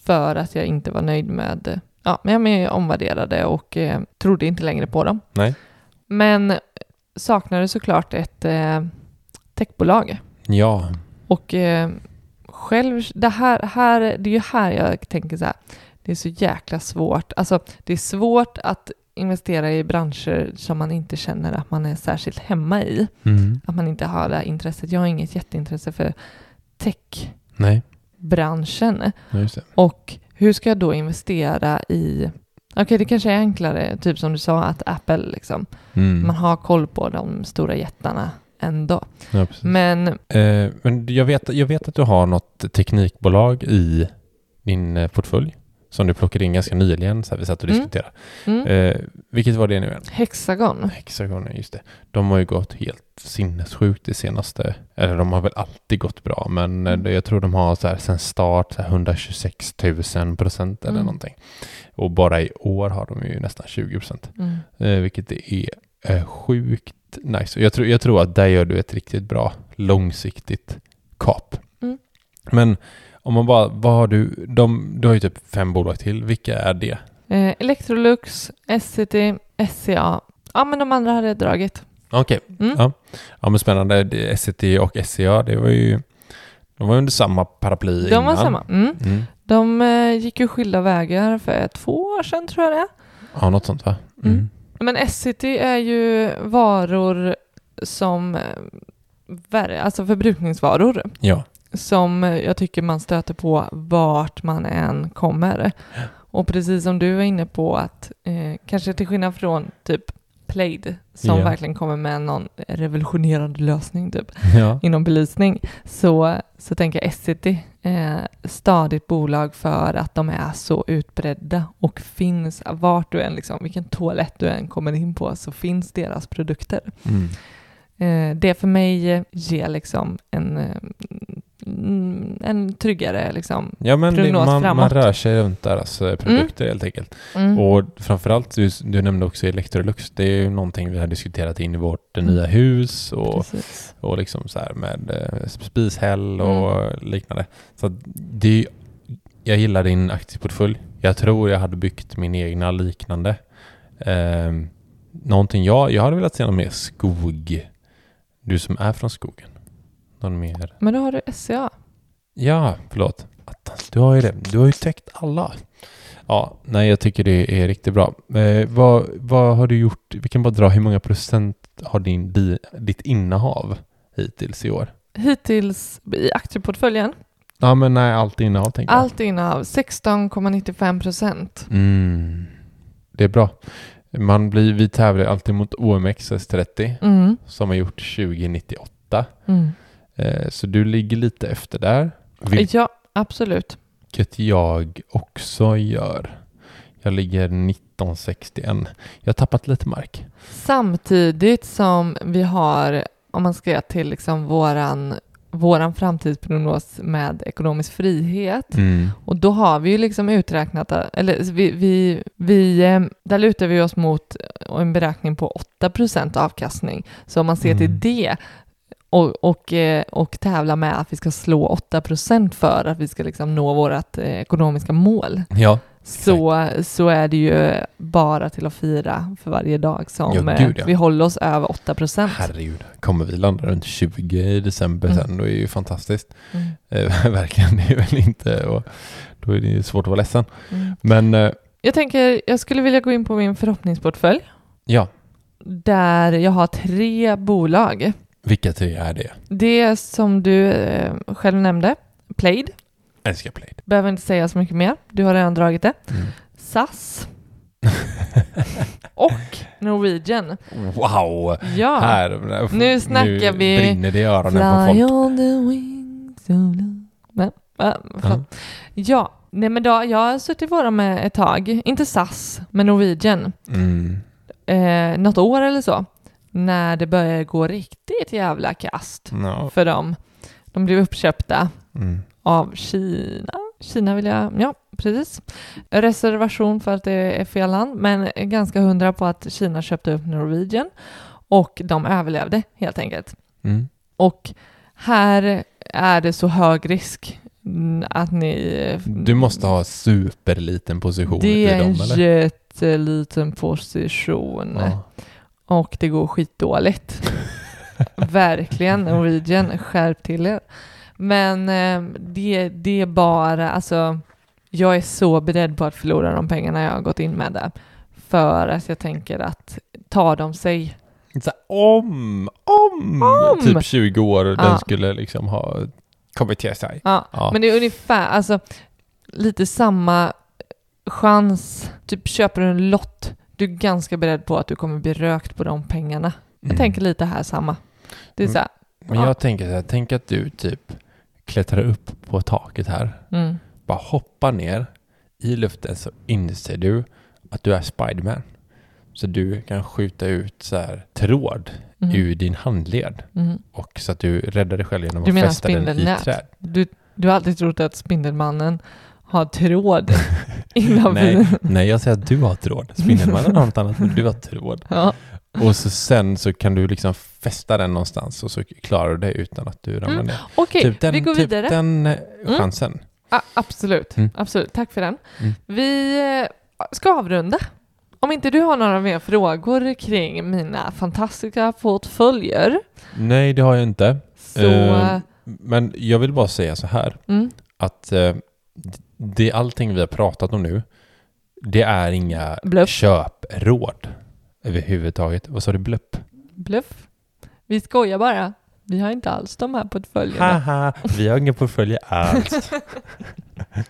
Speaker 1: för att jag inte var nöjd med, ja, men jag med omvärderade och eh, trodde inte längre på dem.
Speaker 2: Nej.
Speaker 1: Men saknade såklart ett eh, techbolag.
Speaker 2: Ja.
Speaker 1: Och eh, själv, det här, här, det är ju här jag tänker så här, det är så jäkla svårt. Alltså det är svårt att investera i branscher som man inte känner att man är särskilt hemma i att man inte har det här intresset. Jag har inget jätteintresse för techbranschen.
Speaker 2: Nej, ja, just det.
Speaker 1: Och hur ska jag då investera i... Okej, det kanske är enklare, typ som du sa, att Apple, liksom.
Speaker 2: Mm.
Speaker 1: man har koll på de stora jättarna ändå.
Speaker 2: Ja, precis.
Speaker 1: Men
Speaker 2: Eh, men jag vet, jag vet att du har något teknikbolag i din eh, portfölj som du plockade in ganska nyligen, så här vi satt och
Speaker 1: Mm.
Speaker 2: diskuterade.
Speaker 1: mm,
Speaker 2: Eh, vilket var det nu igen?
Speaker 1: Hexagon,
Speaker 2: Hexagon, just det. De har ju gått helt sinnessjukt det senaste. Eller de har väl alltid gått bra, men
Speaker 1: Mm.
Speaker 2: eh, jag tror de har så här, sen start så här 126 000 procent eller
Speaker 1: Mm.
Speaker 2: någonting. Och bara i år har de ju nästan 20 procent.
Speaker 1: mm,
Speaker 2: Eh, vilket är eh, sjukt nice. Och jag, tror, jag tror att där gör du ett riktigt bra långsiktigt kap.
Speaker 1: Mm.
Speaker 2: Men om man bara, vad har du, de, du har ju typ fem bolag till, vilka är det?
Speaker 1: eh, Electrolux, SCT, SCA. Ja, men de andra hade jag dragit.
Speaker 2: Okej,
Speaker 1: Mm.
Speaker 2: ja. ja men spännande, Det- SCT och SCA, det var ju, de var under samma paraply
Speaker 1: De
Speaker 2: innan.
Speaker 1: var samma. Mm.
Speaker 2: Mm.
Speaker 1: De eh, gick ju skilda vägar för två år sedan, tror jag det är.
Speaker 2: Ja, något sånt va?
Speaker 1: Mm. Men SCT är ju varor som, eh, ver- alltså förbrukningsvaror
Speaker 2: Ja,
Speaker 1: som eh, jag tycker man stöter på vart man än kommer. Och precis som du var inne på att, eh, kanske till skillnad från typ Plaid som
Speaker 2: Ja.
Speaker 1: verkligen kommer med någon revolutionerande lösning typ
Speaker 2: ja.
Speaker 1: inom belysning så, så tänker jag SCT, eh, stadigt bolag för att de är så utbredda och finns vart du än, liksom, vilken toalett du än kommer in på så finns deras produkter.
Speaker 2: Mm.
Speaker 1: Eh, det för mig ger liksom en, eh, mm, en tryggare liksom.
Speaker 2: Ja, men det,
Speaker 1: Prognos
Speaker 2: man, man
Speaker 1: framåt.
Speaker 2: rör sig runt deras eh, produkter helt enkelt.
Speaker 1: Mm.
Speaker 2: Och framförallt, du, du nämnde också Electrolux, det är ju någonting vi har diskuterat in i vårt eh, nya hus och,
Speaker 1: Precis.
Speaker 2: och liksom så här med eh, spishäll och liknande. Så att det är, ju- jag gillar din aktieportfölj. Jag tror jag hade byggt min egna liknande. Ehm, någonting jag, jag hade velat se någon mer skog. Du som är från skogen. Någon mer
Speaker 1: Men då har du SCA.
Speaker 2: Ja, förlåt. Attans, du har ju det. Du har ju täckt alla. Ja, nej, jag tycker det är riktigt bra. Eh, vad, vad har du gjort? Vi kan bara dra hur många procent har din, bi- ditt innehav hittills i år?
Speaker 1: Hittills i aktieportföljen,
Speaker 2: Ja, men nej, allt innehav tänker jag.
Speaker 1: allt innehav 16,95 procent.
Speaker 2: Mm, det är bra. Man blir, vi tävlar alltid mot OMXS30
Speaker 1: Mm.
Speaker 2: som har gjort 2098.
Speaker 1: Mm.
Speaker 2: Eh, så du ligger lite efter där.
Speaker 1: Ja, absolut.
Speaker 2: Vilket jag också gör. Jag ligger 1961. Jag har tappat lite mark.
Speaker 1: Samtidigt som vi har, om man ska göra till liksom våran, våran framtidsprognos med ekonomisk frihet, Och då har vi ju liksom uträknat, eller vi, vi, vi, eh, där lutar vi oss mot en beräkning på 8% avkastning. Så om man ser till
Speaker 2: Mm.
Speaker 1: det och, och, eh, och tävlar med att vi ska slå 8% för att vi ska liksom nå vårt eh, ekonomiska mål,
Speaker 2: Ja,
Speaker 1: så, så är det ju bara till att fira för varje dag som
Speaker 2: Ja,
Speaker 1: eh,
Speaker 2: gud, ja.
Speaker 1: vi håller oss över 8%.
Speaker 2: herregud. Kommer vi landa runt 20 i december
Speaker 1: Mm.
Speaker 2: sen, då är det ju fantastiskt.
Speaker 1: Mm.
Speaker 2: Eh, Verkligen, det är väl inte... Och då är det ju svårt att vara ledsen.
Speaker 1: Mm.
Speaker 2: Men eh,
Speaker 1: Jag tänker, jag skulle vilja gå in på min förhoppningsportfölj
Speaker 2: ja,
Speaker 1: där jag har tre bolag.
Speaker 2: vilka tre är det?
Speaker 1: Det som du eh, själv nämnde, Plaid,
Speaker 2: Älskar Played.
Speaker 1: behöver inte säga så mycket mer. Du har redan dragit det.
Speaker 2: Mm.
Speaker 1: SAS och Norwegian.
Speaker 2: Wow!
Speaker 1: Ja.
Speaker 2: Här,
Speaker 1: Nu snackar
Speaker 2: nu
Speaker 1: vi-
Speaker 2: brinner det i öronen på
Speaker 1: Fly
Speaker 2: folk.
Speaker 1: on the wings of love. Nej, va?
Speaker 2: Ja.
Speaker 1: Förlåt. Ja, nej men då, jag har suttit våra med ett tag. Inte SAS, men Norwegian.
Speaker 2: Mm.
Speaker 1: Eh, något år eller så. När det började gå riktigt jävla kast
Speaker 2: Ja.
Speaker 1: för dem. De blev uppköpta
Speaker 2: Mm.
Speaker 1: av Kina. Kina vill jag, ja precis. Reservation för att det är fel land, men ganska hundra på att Kina köpte upp Norwegian och de överlevde helt enkelt.
Speaker 2: Mm.
Speaker 1: Och här är det så hög risk mm, att ni... eh,
Speaker 2: Du måste ha superliten position
Speaker 1: Det
Speaker 2: i
Speaker 1: är en
Speaker 2: dem, eller?
Speaker 1: jätteliten position
Speaker 2: Ja.
Speaker 1: och det går skitdåligt. Verkligen, Norwegian, skärp till er. Men eh, det, det är bara, alltså, jag är så beredd på att förlora de pengarna jag har gått in med där. För att jag tänker att tar de sig,
Speaker 2: Så här, om, om,
Speaker 1: Om!
Speaker 2: typ 20 år den
Speaker 1: Ja.
Speaker 2: skulle liksom ha kommit till sig.
Speaker 1: ja,
Speaker 2: Ja.
Speaker 1: men det är ungefär, alltså lite samma chans. Typ köper du en lott, du är ganska beredd på att du kommer bli rökt på de pengarna. Jag
Speaker 2: Mm.
Speaker 1: tänker lite här samma. Det är så här,
Speaker 2: Men jag tänker så här, tänk att du typ klättrar upp på taket här,
Speaker 1: mm,
Speaker 2: bara hoppar ner i luften så inser du att du är Spiderman. Så du kan skjuta ut så här tråd
Speaker 1: mm,
Speaker 2: ur din handled
Speaker 1: mm.
Speaker 2: och så att du räddar dig själv genom
Speaker 1: Du
Speaker 2: att
Speaker 1: menar
Speaker 2: fästa den i
Speaker 1: spindelnät?
Speaker 2: träd.
Speaker 1: Du, du har alltid trott att Spindelmannen har tråd innanför.
Speaker 2: Nej, nej, jag säger att du har tråd. Spindelmannen har något annat, men du har tråd.
Speaker 1: Ja.
Speaker 2: Och så sen så kan du liksom fästa den någonstans och så klarar du det utan att du ramlar
Speaker 1: Mm.
Speaker 2: ner.
Speaker 1: Okej,
Speaker 2: den,
Speaker 1: vi går
Speaker 2: typ
Speaker 1: vidare.
Speaker 2: den eh, chansen.
Speaker 1: Ah, absolut.
Speaker 2: Mm.
Speaker 1: absolut, tack för den.
Speaker 2: Mm.
Speaker 1: Vi eh, ska avrunda. Om inte du har några mer frågor kring mina fantastiska portföljer
Speaker 2: Nej, det har jag inte.
Speaker 1: så...
Speaker 2: Eh, Men jag vill bara säga så här
Speaker 1: mm,
Speaker 2: att eh, det allting vi har pratat om nu, det är inga
Speaker 1: Bluff.
Speaker 2: köpråd överhuvudtaget. Vad sa du? Blupp?
Speaker 1: bluff. Vi skojar bara. Vi har inte alls de här portföljerna.
Speaker 2: Haha, vi har inga portföljer alls.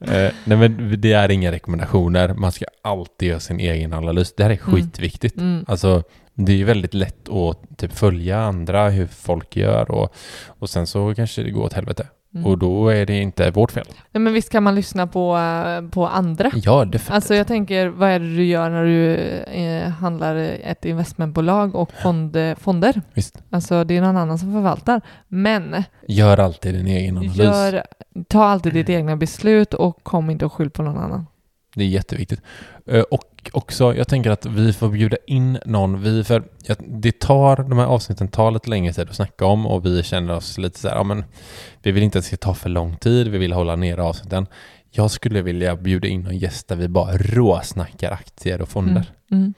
Speaker 2: Eh, nej men det är inga rekommendationer. Man ska alltid göra sin egen analys. Det här är
Speaker 1: Mm.
Speaker 2: skitviktigt.
Speaker 1: Mm.
Speaker 2: Alltså, det är ju väldigt lätt att typ, följa andra, hur folk gör och, och sen så kanske det går åt helvete.
Speaker 1: Mm.
Speaker 2: Och då är det inte vårt fel.
Speaker 1: Nej, mm. men visst kan man lyssna på, eh, på andra?
Speaker 2: Ja, definitivt.
Speaker 1: Alltså jag tänker, vad är det du gör när du eh, handlar ett investmentbolag och fond, fonder?
Speaker 2: Visst.
Speaker 1: Alltså det är någon annan som förvaltar. Men
Speaker 2: Gör alltid din egen analys.
Speaker 1: gör, ta alltid
Speaker 2: Eh.
Speaker 1: ditt egna beslut och kom inte och skyll på någon annan.
Speaker 2: Det är jätteviktigt. Eh, Och också, jag tänker att vi får bjuda in någon. Vi, för jag- det tar, de här avsnitten tar lite längre tid att snacka om och vi känner oss lite så här, ja men vi vill inte att det ska ta för lång tid, vi vill hålla nere avsnitten. Jag skulle vilja bjuda in någon gäst där vi bara råsnackar aktier och fonder.
Speaker 1: Mm.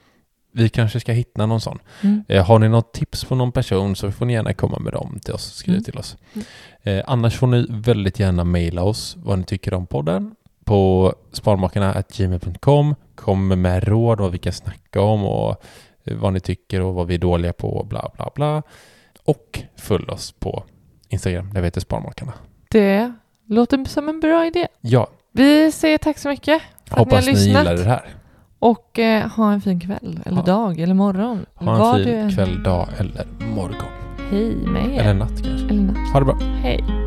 Speaker 2: Vi kanske ska hitta någon sån.
Speaker 1: Mm.
Speaker 2: Eh, Har ni något tips på någon person så får ni gärna komma med dem till oss. Skriv
Speaker 1: Mm.
Speaker 2: till oss.
Speaker 1: Mm.
Speaker 2: Eh, annars får ni väldigt gärna mejla oss vad ni tycker om podden på sparmakarna.gmail.com. Kom med råd vad vi kan snacka om och eh, vad ni tycker och vad vi är dåliga på och bla bla bla. Och följ oss på Instagram där vi heter Sparmakarna.
Speaker 1: Det låter som en bra idé.
Speaker 2: Ja,
Speaker 1: Vi säger tack så mycket att ni
Speaker 2: hoppas
Speaker 1: har
Speaker 2: ni,
Speaker 1: lyssnat.
Speaker 2: gillar det här.
Speaker 1: och eh, ha en fin kväll, eller
Speaker 2: Ha-
Speaker 1: dag, eller morgon.
Speaker 2: Ha
Speaker 1: Vad
Speaker 2: en
Speaker 1: du än-
Speaker 2: fin kväll, dag eller morgon.
Speaker 1: Hej med er.
Speaker 2: Eller natt kanske.
Speaker 1: Eller natt.
Speaker 2: Ha det bra.
Speaker 1: Hej.